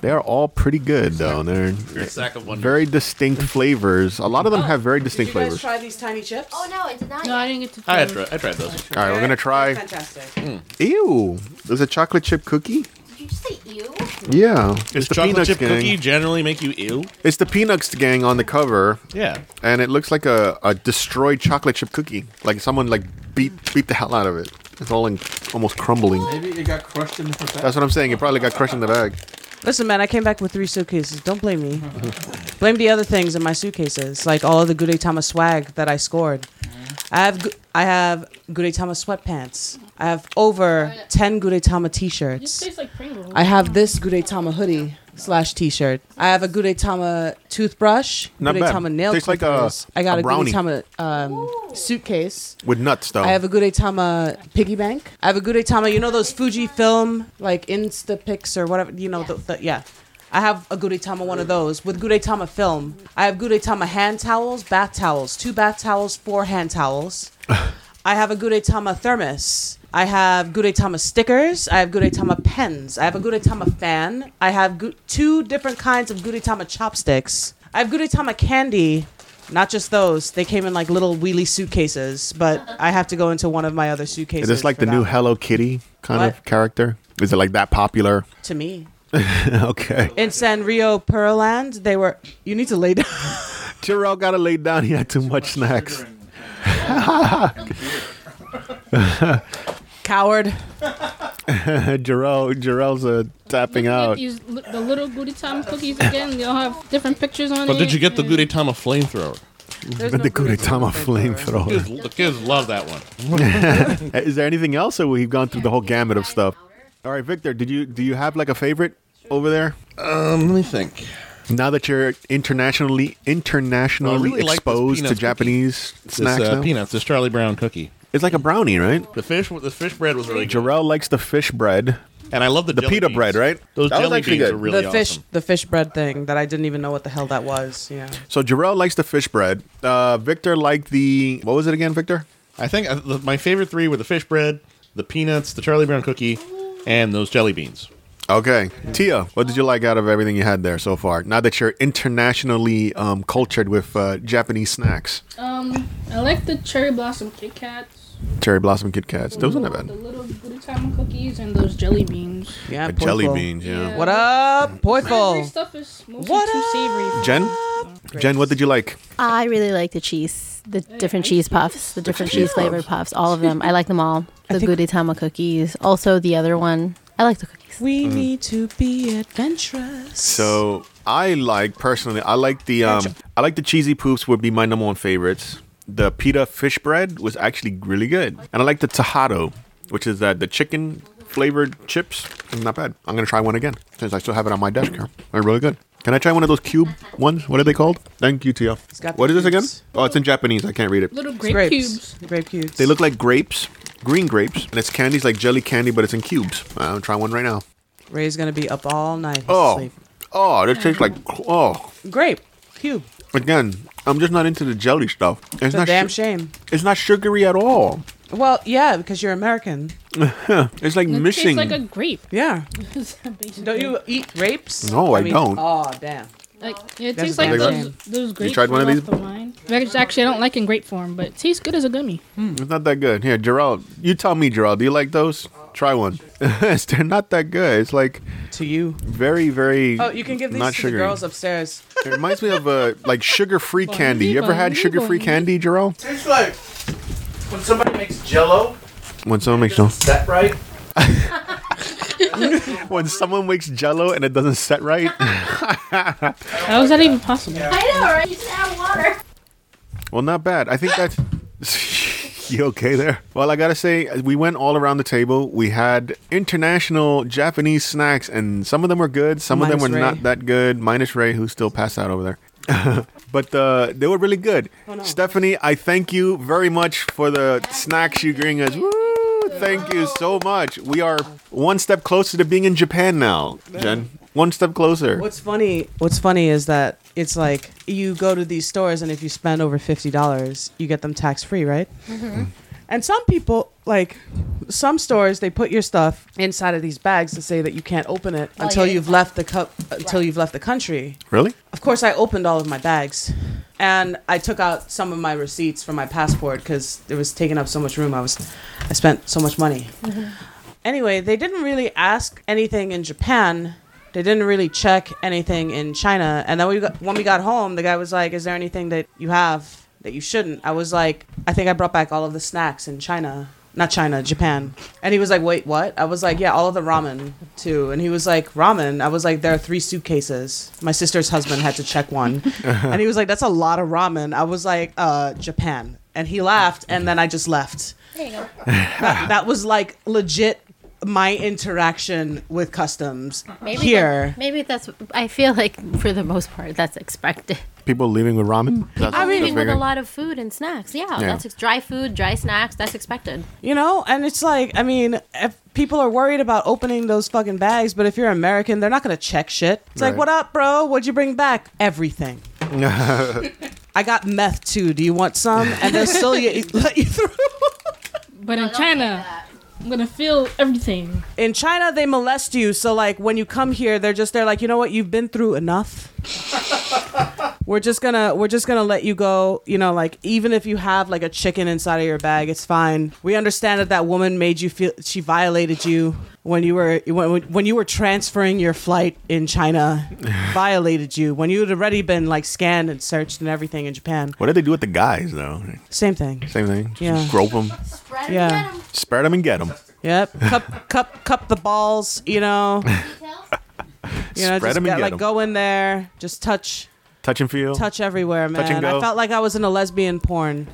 S4: They are all pretty good though. They're
S2: Your sack of wonders.
S4: very distinct flavors. A lot of them have very distinct flavors. All
S3: try these tiny chips?
S5: Oh no, I did not.
S6: No, I
S5: yet.
S6: didn't get to.
S2: I had
S6: try.
S2: tried. I tried those.
S4: right, we're gonna try.
S3: Fantastic.
S4: Ew, there's a chocolate chip cookie.
S5: Did you just say ew?
S4: Yeah,
S2: Does
S4: it's the
S2: chocolate
S4: Peanuts
S2: chip
S4: gang.
S2: cookie generally make you ill?
S4: It's the Peanuts gang on the cover,
S2: Yeah.
S4: and it looks like a, a destroyed chocolate chip cookie. Like someone like beat beat the hell out of it. It's all in, almost crumbling.
S7: Maybe it got crushed in the
S4: That's what I'm saying. It probably got crushed in the bag.
S3: Listen, man, I came back with three suitcases. Don't blame me. blame the other things in my suitcases, like all of the Gudetama swag that I scored. I have gu- I have Gudetama sweatpants. I have over ten Gudetama
S6: This
S3: T-shirts.
S6: tastes like Pringles.
S3: I have this Gudetama hoodie slash T-shirt. I have a Gudetama toothbrush.
S4: Not bad.
S3: Gudetama nail
S4: Tastes like a-
S3: clippers. I got
S4: a
S3: a,
S4: brownie. Oh.
S3: Gudetama um, suitcase.
S4: With nuts though.
S3: I have a Gudetama piggy bank. I have a Gudetama. You know those Fuji film like Instapix or whatever. You know, the, the, yeah. I have a Gudetama one of those with Gudetama film. I have Gudetama hand towels, bath towels, two bath towels, four hand towels. I have a Gudetama thermos. I have Gudetama stickers. I have Gudetama pens. I have a Gudetama fan. I have gu- two different kinds of Gudetama chopsticks. I have Gudetama candy. Not just those. They came in like little wheelie suitcases, but I have to go into one of my other suitcases.
S4: Is this like
S3: for
S4: the new
S3: that.
S4: Hello Kitty kind of
S3: What?
S4: character? Is it like that popular?
S3: to me.
S4: okay.
S3: In Sanrio Pearl Land, they were. You need to lay down.
S4: Jarrell got to lay down. He had too much snacks.
S3: Coward.
S4: Jarrell, Jarrell's uh, tapping
S6: Get
S4: out.
S6: These, li- the little Gudetama cookies again. They all have different pictures on it.
S2: But did you get the
S6: and-
S2: Gudetama flamethrower?
S3: There's
S4: But
S3: no
S4: the
S3: Gudetama
S4: Gudetama
S2: Kids,
S4: flamethrower.
S2: the kids love that one.
S4: Uh, Is there anything else, or we've gone through the whole gamut of stuff? All right, Victor, did you do you have like a favorite over there?
S2: Um, let me think.
S4: Now that you're internationally internationally
S2: really like this
S4: exposed to
S2: peanuts cookie.
S4: Japanese snacks,
S2: this uh,
S4: now?
S2: peanuts, this Charlie Brown cookie.
S4: it's like a brownie, right?
S2: The fish, the fish bread was really good,
S4: Jarrell likes the fish bread.
S2: and I love the
S4: The
S2: jelly
S4: pita
S2: beans.
S4: bread, right?
S2: Those
S4: That was
S2: jelly
S4: actually
S2: beans
S4: good.
S2: are really
S3: the fish,
S2: awesome.
S3: the fish bread thing that I didn't even know what the hell that was. Yeah.
S4: So Jarrell likes the fish bread. Uh, Victor liked the what was it again, Victor?
S2: I think uh, the, my favorite three were the fish bread, the peanuts, the Charlie Brown cookie, and those jelly beans.
S4: Okay, Tia, what did you like out of everything you had there so far? Now that you're internationally um, cultured with uh, Japanese snacks,
S6: Um, I like the cherry blossom Kit Kats.
S4: cherry blossom Kit Kats, those are not
S6: The
S4: bad.
S6: little Gudetama cookies and those jelly beans.
S3: Yeah.
S4: Uh, jelly
S3: Poiful.
S4: beans, yeah.
S3: What up,
S6: Every
S3: Poiful?
S6: stuff is mostly
S3: What
S6: too savory.
S4: Jen, Jen, what did you like?
S9: I really like the cheese, the
S5: Oh,
S9: different cheese puffs, the different
S4: cheese
S9: cheese flavored puffs, all of them. I like them all. The Gudetama cookies, also the other one. I like the cookies.
S3: We need to be adventurous.
S4: Mm. So I like personally, I like the um, I like the cheesy poops would be my number one favorites. The pita fish bread was actually really good, and I like the tahado, which is uh, the chicken flavored chips. Not bad. I'm gonna try one again since I still have it on my desk here. They're really good. Can I try one of those cube ones? What are they called? Thank you, Tia.
S3: got
S4: What
S3: the
S4: is this again?
S3: cubes.
S4: Oh, it's in Japanese. I can't read it.
S6: Little grape
S3: grapes.
S6: cubes.
S3: Grape cubes.
S4: They look like grapes, green grapes, and it's candies like jelly candy, but it's in cubes. Uh, I'll try one right now.
S3: Ray's gonna be up all night.
S4: Oh,
S3: Sleep.
S4: oh, that tastes like oh.
S3: Grape cube.
S4: again, I'm just not into the jelly stuff. It's
S3: It's a
S4: not
S3: damn
S4: su-
S3: shame.
S4: It's not sugary at all.
S3: Well, yeah, because you're American.
S4: It's like
S6: It
S4: missing.
S6: tastes like a grape.
S3: Yeah.
S6: Basically.
S3: Don't you eat grapes?
S4: No, I don't.
S3: Oh, damn.
S6: Like, yeah, it
S3: That's
S6: tastes like
S4: a
S6: those,
S3: grape.
S6: those grapes.
S4: tried one of
S6: right
S4: these?
S6: off the vine. Which Actually, I don't like in grape form, but it tastes good as a gummy.
S4: it's not that good. Here, Gerald, you tell me, Gerald, do you like those? Try one. It's- They're not that good. It's like
S3: To you.
S4: very, very.
S3: Oh, you can give these
S4: not
S3: to
S4: sugary.
S3: the girls upstairs.
S4: It reminds me of uh, like sugar-free candy. You ever had
S6: Bonnie,
S4: sugar-free
S6: Bonnie.
S4: candy, Gerald?
S7: Tastes like when somebody makes Jello.
S4: When someone makes no.
S7: Set right.
S4: When someone makes Jello and it doesn't set right.
S6: How is that even possible?
S5: I know, right? You just add water.
S4: Well, not bad. I think that's. you okay there? Well, I gotta say, we went all around the table. We had international Japanese snacks, and some of them were good, some of them
S3: Minus
S4: were
S3: Ray.
S4: not that good, minus Ray, who still passed out over there. but uh, they were really good. Stephanie, I thank you very much for the snacks you bring us. Woo! Thank you so much. We are one step closer to being in Japan now, Jen. One step closer.
S3: What's funny? What's funny is that it's like you go to these stores, and if you spend over fifty dollars, you get them tax free, right?
S10: Mhm.
S3: And some people, like some stores, they put your stuff inside of these bags to say that you can't open it
S10: While
S3: until
S10: you're in
S3: you've left the cup, until you've left the country.
S4: Really?
S3: Of course, I opened all of my bags, and I took out some of my receipts for my passport because it was taking up so much room. I was, I spent so much money. Anyway, they didn't really ask anything in Japan. They didn't really check anything in China. And then we got, when we got home, the guy was like, "Is there anything that you have that you shouldn't?" I was like, "I think I brought back all of the snacks in China." Not China, Japan. And he was like, "Wait, what?" I was like, "Yeah, all of the ramen too." And he was like, "Ramen." I was like, "There are three suitcases." My sister's husband had to check one. and he was like, "That's a lot of ramen." I was like, "Uh, Japan." And he laughed, and then I just left
S10: There you go.
S3: that, that was like legit my interaction with customs
S9: Maybe
S3: here.
S9: that- maybe that's. I feel like for the most part, that's expected.
S4: People leaving with ramen? That's,
S9: I'm
S4: that's
S9: eating with
S4: very-
S9: a lot of food and snacks. Yeah,
S4: Yeah.
S9: that's ex- dry food, dry snacks. That's expected.
S3: you know, and it's like, I mean, if people are worried about opening those fucking bags, but if you're American, they're not gonna check shit. It's like,
S4: Right.
S3: what up, bro? What'd you bring back? Everything. I got meth too. Do you want some? And they'll still y- let you through.
S6: But in China, I'm gonna feel everything.
S3: In China, they molest you. So, like, when you come here, they're just they're like, you know what? You've been through enough. we're just gonna we're just gonna let you go. You know, like even if you have like a chicken inside of your bag, it's fine. We understand that that woman made you feel she violated you when you were when when you were transferring your flight in China, violated you when you had already been like scanned and searched and everything in Japan.
S4: What did they do with the guys, though?
S3: Same thing.
S4: Same thing? Just
S3: Yeah.
S4: grope them.
S3: yeah.
S4: Spread them and get them.
S3: Yep. Cup, cup, cup the balls. You know. you know,
S4: Spread
S3: just
S4: 'em and
S3: get-
S4: get
S3: like
S4: 'em.
S3: go in there, just touch,
S4: Touch and feel.
S3: touch everywhere, man.
S4: Touch and go.
S3: I felt like I was in a lesbian porn,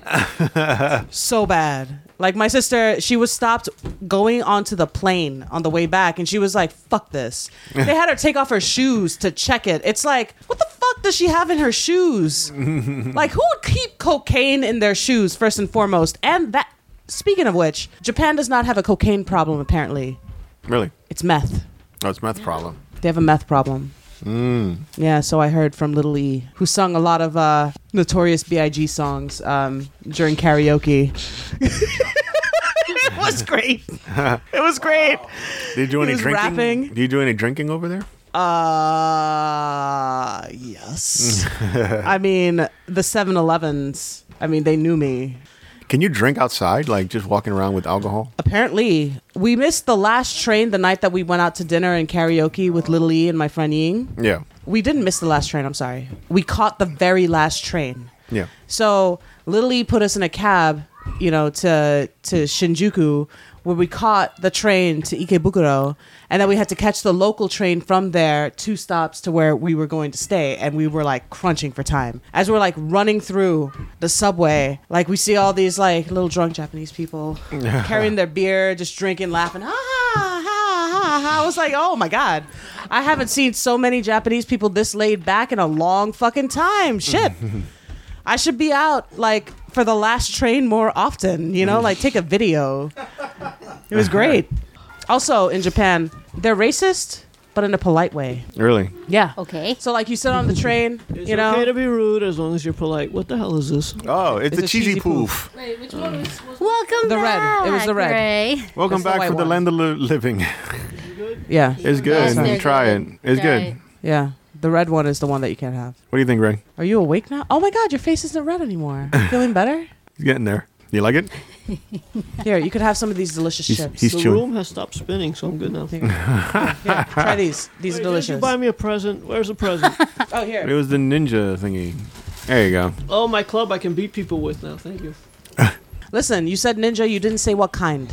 S3: so bad. Like my sister, she was stopped going onto the plane on the way back, and she was like, "Fuck this." They had her take off her shoes to check it. It's like, what the fuck does she have in her shoes? like, who would keep cocaine in their shoes first and foremost? And that, speaking of which, Japan does not have a cocaine problem apparently.
S4: Really?
S3: It's meth.
S4: Oh, it's meth problem.
S3: They have a meth problem.
S4: Mm.
S3: Yeah, so I heard from Little E, who sung a lot of uh, Notorious B.I.G. songs um, during karaoke. it was great.
S4: Did
S3: It was great.
S4: you do
S3: He
S4: any
S3: was
S4: drinking?
S3: rapping.
S4: Do you do any drinking over there?
S3: Uh, yes. I mean, the 7 Elevens, I mean, they knew me.
S4: Can you drink outside, like just walking around with alcohol?
S3: Apparently, we missed the last train the night that we went out to dinner and karaoke with Little E and my friend Ying.
S4: Yeah.
S3: We didn't miss the last train, I'm sorry. We caught the very last train.
S4: Yeah.
S3: So Little E put us in a cab, you know, to to Shinjuku, where we caught the train to Ikebukuro, and then we had to catch the local train from there, two stops to where we were going to stay, and we were like crunching for time. As we're like running through the subway, like we see all these like little drunk Japanese people carrying their beer, just drinking, laughing. Ha ha ha ha! I was like, oh my god, I haven't seen so many Japanese people this laid back in a long fucking time. Shit. I should be out like for the last train more often, you know, like take a video. It
S4: Uh-huh.
S3: was great. Also, in Japan, they're racist, but in a polite way.
S4: Really?
S3: Yeah.
S9: Okay.
S3: So like you sit on the train,
S1: It's
S3: you know.
S1: okay to be rude as long as you're polite. What the hell is this?
S4: Oh, it's, the cheesy, poof.
S6: Wait, which one was
S9: Welcome
S3: The red.
S9: back.
S3: It was the red.
S9: Ray.
S3: That's
S4: Welcome
S3: the
S4: back
S3: white
S4: for the
S3: one.
S4: land of li- living.
S3: Yeah.
S4: it's good.
S9: Yes, they're
S4: Try it. It's
S9: Try.
S4: good.
S3: Yeah. The red one is the one that you can't have.
S4: What do you think, Ray?
S3: Are you awake now? Oh my god, your face isn't red anymore. Feeling better?
S4: He's getting there. You like it?
S3: Here, you could have some of these delicious
S4: He's-
S3: chips.
S4: he's
S1: the
S4: chewing.
S1: room has stopped spinning, so I'm good now.
S3: Here, try these. These are
S1: Wait, Did you
S3: delicious.
S1: buy me a present? Where's the present?
S3: Oh,
S4: It
S3: here.
S4: was the ninja thingy. There you go.
S1: oh, my club I can beat people with now. Thank you.
S3: Listen, you said ninja, you didn't say what kind.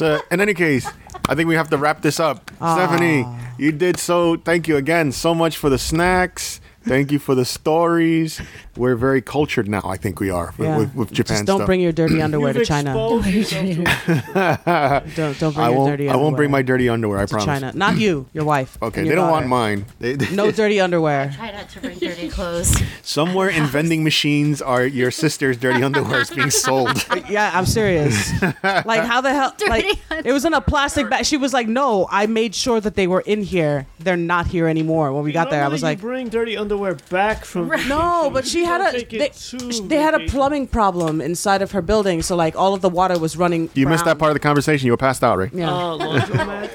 S4: So, in any case, I think we have to wrap this up.
S3: Ah.
S4: Stephanie, you did so. Thank you again so much for the snacks. Thank you for the stories. We're very cultured now. I think we are with,
S3: Yeah.
S4: with, with
S3: Just
S4: Japan.
S3: don't
S4: stuff.
S3: bring your dirty underwear to
S4: You've
S3: China.
S4: exposed
S3: don't don't bring
S4: I
S3: your
S4: won't.
S3: dirty.
S4: I
S3: underwear
S4: won't bring my dirty underwear. I
S3: to
S4: promise.
S3: China. Not you, your wife.
S4: Okay,
S3: and
S4: they
S3: your
S4: don't want
S3: daughter.
S4: mine. They, they-
S3: No dirty underwear.
S5: Try not to bring dirty clothes.
S4: Somewhere in vending machines are your sister's dirty underwear is being sold.
S3: Yeah, I'm serious. like how the hell? Like it was in a plastic bag. She was like, "No, I made sure that they were in here. They're not here anymore." When we got there, I
S1: Normally
S3: was
S1: you
S3: like,
S1: bring dirty underwear back from.
S3: No,
S1: vacation.
S3: but she
S1: You
S3: had
S1: don't
S3: a
S1: take it
S3: they,
S1: to
S3: sh- they had a
S1: vacation.
S3: plumbing problem inside of her building, so like all of the water was running.
S4: You missed that part of the conversation. You were passed out, right?
S3: Yeah.
S1: Uh, laundromat?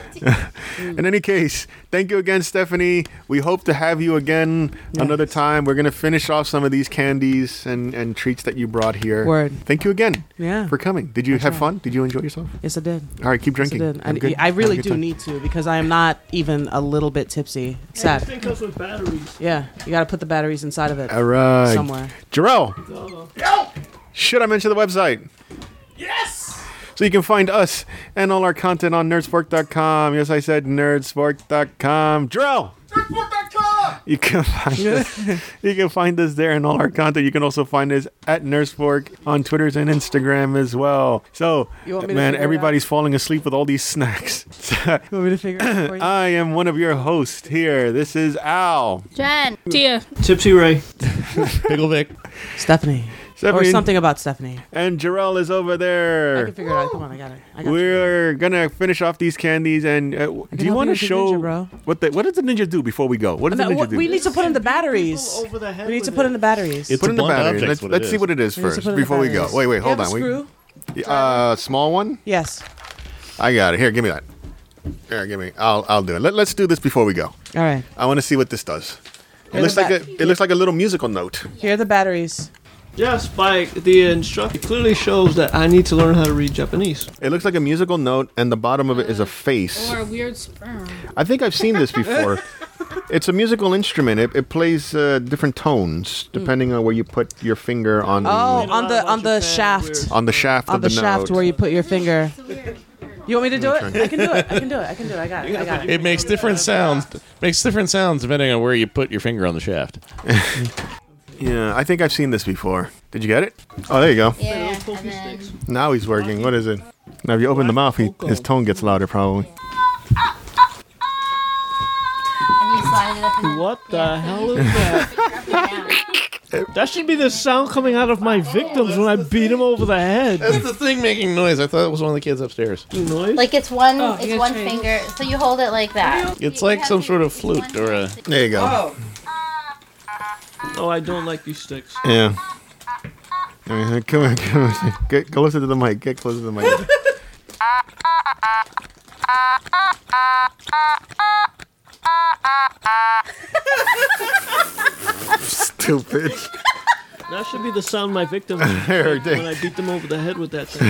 S4: In any case, thank you again, Stephanie. We hope to have you again another time. We're gonna finish off some of these candies and, and treats that you brought here.
S3: Word.
S4: Thank you again
S3: yeah.
S4: for coming. Did you have fun? Did you enjoy yourself?
S3: yes, I did.
S4: All right, keep
S3: Yes, I
S4: drinking.
S3: did.
S4: Have a good-
S3: I, I
S4: have a
S3: really
S4: good
S3: do
S4: time.
S3: need to because I am not even a little bit tipsy. It's sad.
S1: Everything comes with batteries.
S3: Yeah, you got to put the batteries inside of it
S4: All right,
S3: somewhere.
S4: Jarrell. Should I mention the website?
S2: Yes!
S4: So you can find us and all our content on nerdspork.com. Yes, I said nerdspork.com. Jarrell. You can find us. You can find us there and all our content. You can also find us at Nursefork on Twitters and Instagram as well. So,
S3: You want me to figure
S4: man,
S3: it out?
S4: everybody's falling asleep with all these snacks.
S3: You want me to figure it out for you?
S4: I am one of your hosts here. This is Al.
S9: Jen.
S6: Tia,
S1: Tipsy Ray.
S2: Pickle Vic.
S3: Stephanie. Or
S4: Stephanie.
S3: something about Stephanie.
S4: And Jarrell is over
S3: I can
S4: there.
S3: figure it out. Come on, I got it. I got it.
S4: We're gonna finish off these candies, and uh, w- do you
S3: help
S4: want
S3: you with
S4: to
S3: your
S4: show
S3: ninja, bro.
S4: what the what does the ninja do before we go? What does the
S3: No,
S4: ninja
S3: we
S4: do?
S3: need to put in the batteries.
S1: Over the head
S3: We need to
S1: with
S3: put
S1: it.
S3: in the batteries.
S2: It's
S4: put in the
S2: a blunt
S4: battery.
S2: object,
S4: Let's,
S2: what it
S4: let's see
S2: is.
S4: what it is
S3: We need to
S4: first
S3: put it in the
S4: before we go.
S3: batteries.
S4: Wait, wait,
S3: You
S4: hold
S3: have
S4: on.
S3: a
S4: Wait.
S3: Screw?
S4: Uh, small one.
S3: Yes.
S4: I got it. Here, give me that. Here, give me. I'll I'll do it. Let, let's do this before we go.
S3: All right.
S4: I want to see what this does. It
S3: Here's
S4: looks
S3: the
S4: like
S3: back.
S4: a it looks like a little musical note.
S3: Here are the batteries.
S1: Yes, by the instruction clearly shows that I need to learn how to read Japanese.
S4: It looks like a musical note, and the bottom of it is a face.
S6: or a weird sperm.
S4: I think I've seen this before. it's a musical instrument. It, it plays uh, different tones depending on where you put your finger on
S3: Hmm. Oh,
S4: the
S3: on the on the shaft.
S4: on the shaft
S3: On
S4: of
S3: the
S4: the,
S3: shaft
S4: note.
S3: where you put your finger. You want me to do it? I can do it. I can do it. I can do it. I got it. I got it.
S2: It makes different sounds. Makes different sounds depending on where you put your finger on the shaft.
S4: yeah, I think I've seen this before. Did you get it? Oh, there you go.
S5: Yeah, and then
S4: Now he's working. What is it? Now, if you open the mouth, he, his tone gets louder, probably.
S5: and you slide it up and
S1: What the hell is that? that should be the sound coming out of my
S4: Oh,
S1: victims when I beat them over the head.
S2: That's the thing making noise. I thought it was one of the kids upstairs.
S1: Noise.
S5: Like it's one,
S6: Oh, you
S5: it's
S6: gotta
S5: one
S6: change.
S5: finger. So you hold it like that.
S2: It's like some sort of flute or a.
S4: There you go.
S1: Oh, I don't like these sticks.
S4: Yeah. I mean, come on, come on. Get closer to the mic. Get closer to the mic. Stupid.
S1: That should be the sound my victims
S4: There
S1: make
S4: it is.
S1: when I beat them over the head with that thing.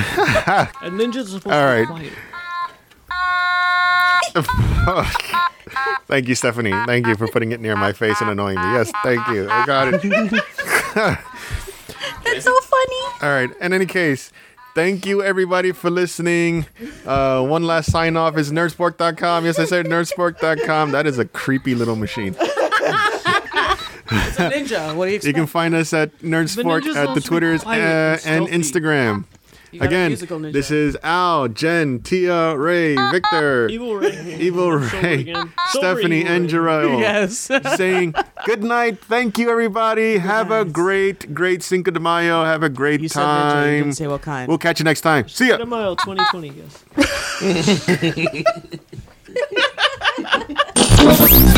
S1: and ninjas are supposed
S4: All right.
S1: to be quiet.
S4: Thank you, Stephanie. Thank you for putting it near my face and annoying me. Yes, thank you. I got it.
S9: That's so funny.
S4: All right. In any case, thank you everybody for listening. Uh, one last sign off is nerdspork.com. Yes, I said nerdspork.com. That is a creepy little machine.
S3: It's a ninja. What do you
S4: You
S3: expect?
S4: can find us at
S1: The
S4: nerdspork
S1: ninja's
S4: at the
S1: also
S4: Twitters
S1: quiet
S4: uh, and
S1: and stealthy.
S4: Instagram.
S3: You got a
S4: Again,
S3: musical ninja.
S4: this is Al, Jen, Tia, Ray, Victor,
S1: Evil Ray.
S4: Evil
S1: Sober
S4: Ray,
S1: again. Sober
S4: Stephanie,
S1: Evil
S4: and
S1: Ray.
S4: Jarrell.
S3: yes.
S4: saying good night. Thank you, everybody. Have a great, great Cinco de Mayo. Have a great
S3: You said ninja. You
S4: time.
S3: didn't say what kind.
S4: We'll catch you next time. See ya.
S1: Tomorrow, 2020, yes.